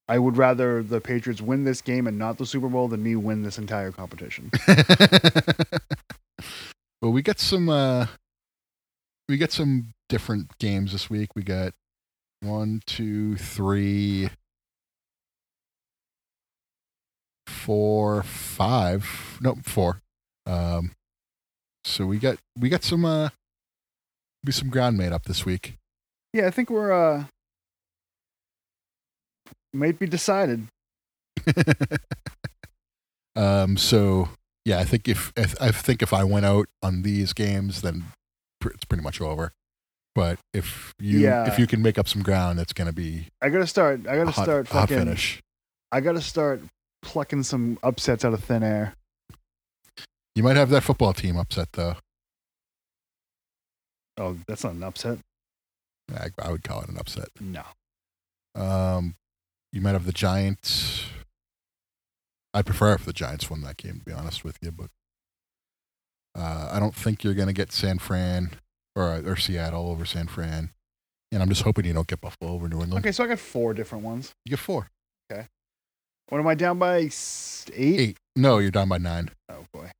Speaker 2: I would rather the Patriots win this game and not the Super Bowl than me win this entire competition.
Speaker 1: well, we got some. uh We got some different games this week. We got one, two, three, four, five. No, four. Um, so we got we got some uh be some ground made up this week.
Speaker 2: Yeah, I think we're uh might be decided.
Speaker 1: um, so yeah, I think if, if I think if I went out on these games, then pr- it's pretty much over. But if you
Speaker 2: Yeah.
Speaker 1: if you can make up some ground, that's going to be
Speaker 2: I gotta start. I
Speaker 1: a
Speaker 2: gotta
Speaker 1: hot,
Speaker 2: start
Speaker 1: hot
Speaker 2: fucking.
Speaker 1: finish.
Speaker 2: I gotta start plucking some upsets out of thin air.
Speaker 1: You might have that football team upset though.
Speaker 2: Oh, that's not an upset.
Speaker 1: I, I would call it an upset.
Speaker 2: No.
Speaker 1: Um, you might have the Giants. I prefer if the Giants won that game, to be honest with you. But uh, I don't think you're going to get San Fran or or Seattle over San Fran. And I'm just hoping you don't get Buffalo over New England.
Speaker 2: Okay, so I got four different ones.
Speaker 1: You get four.
Speaker 2: What am I down by? S- Eight.
Speaker 1: Eight. No, you're down by nine.
Speaker 2: Oh boy.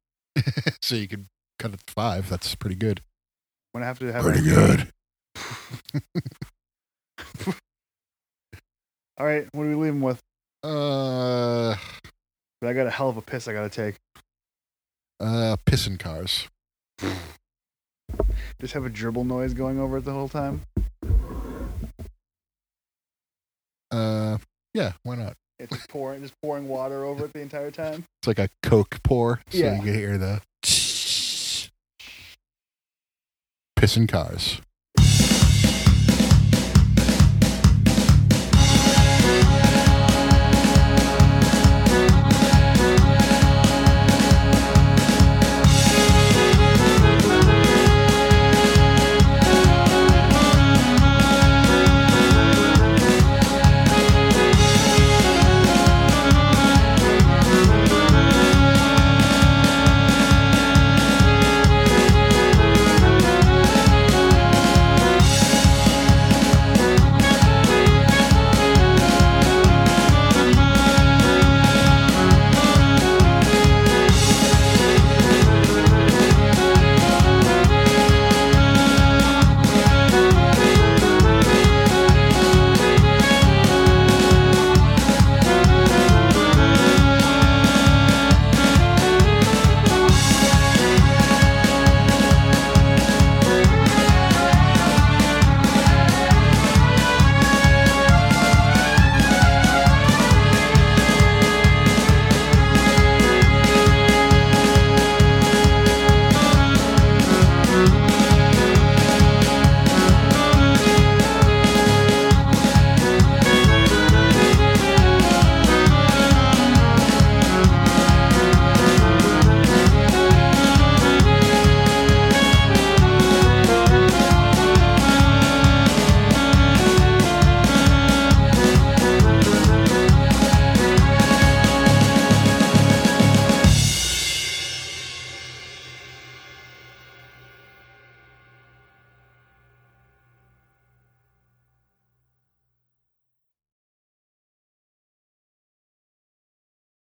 Speaker 1: so you could cut it to five. That's pretty good.
Speaker 2: I'm gonna have to have.
Speaker 1: good.
Speaker 2: All right. What are we leaving with?
Speaker 1: Uh,
Speaker 2: But I got a hell of a piss I gotta take.
Speaker 1: uh, pissing cars.
Speaker 2: Just have a dribble noise going over it the whole time.
Speaker 1: Uh, yeah, why not?
Speaker 2: It's just pouring, just pouring water over it the entire time.
Speaker 1: It's like a Coke pour, so
Speaker 2: Yeah.
Speaker 1: you can hear the pissing cars.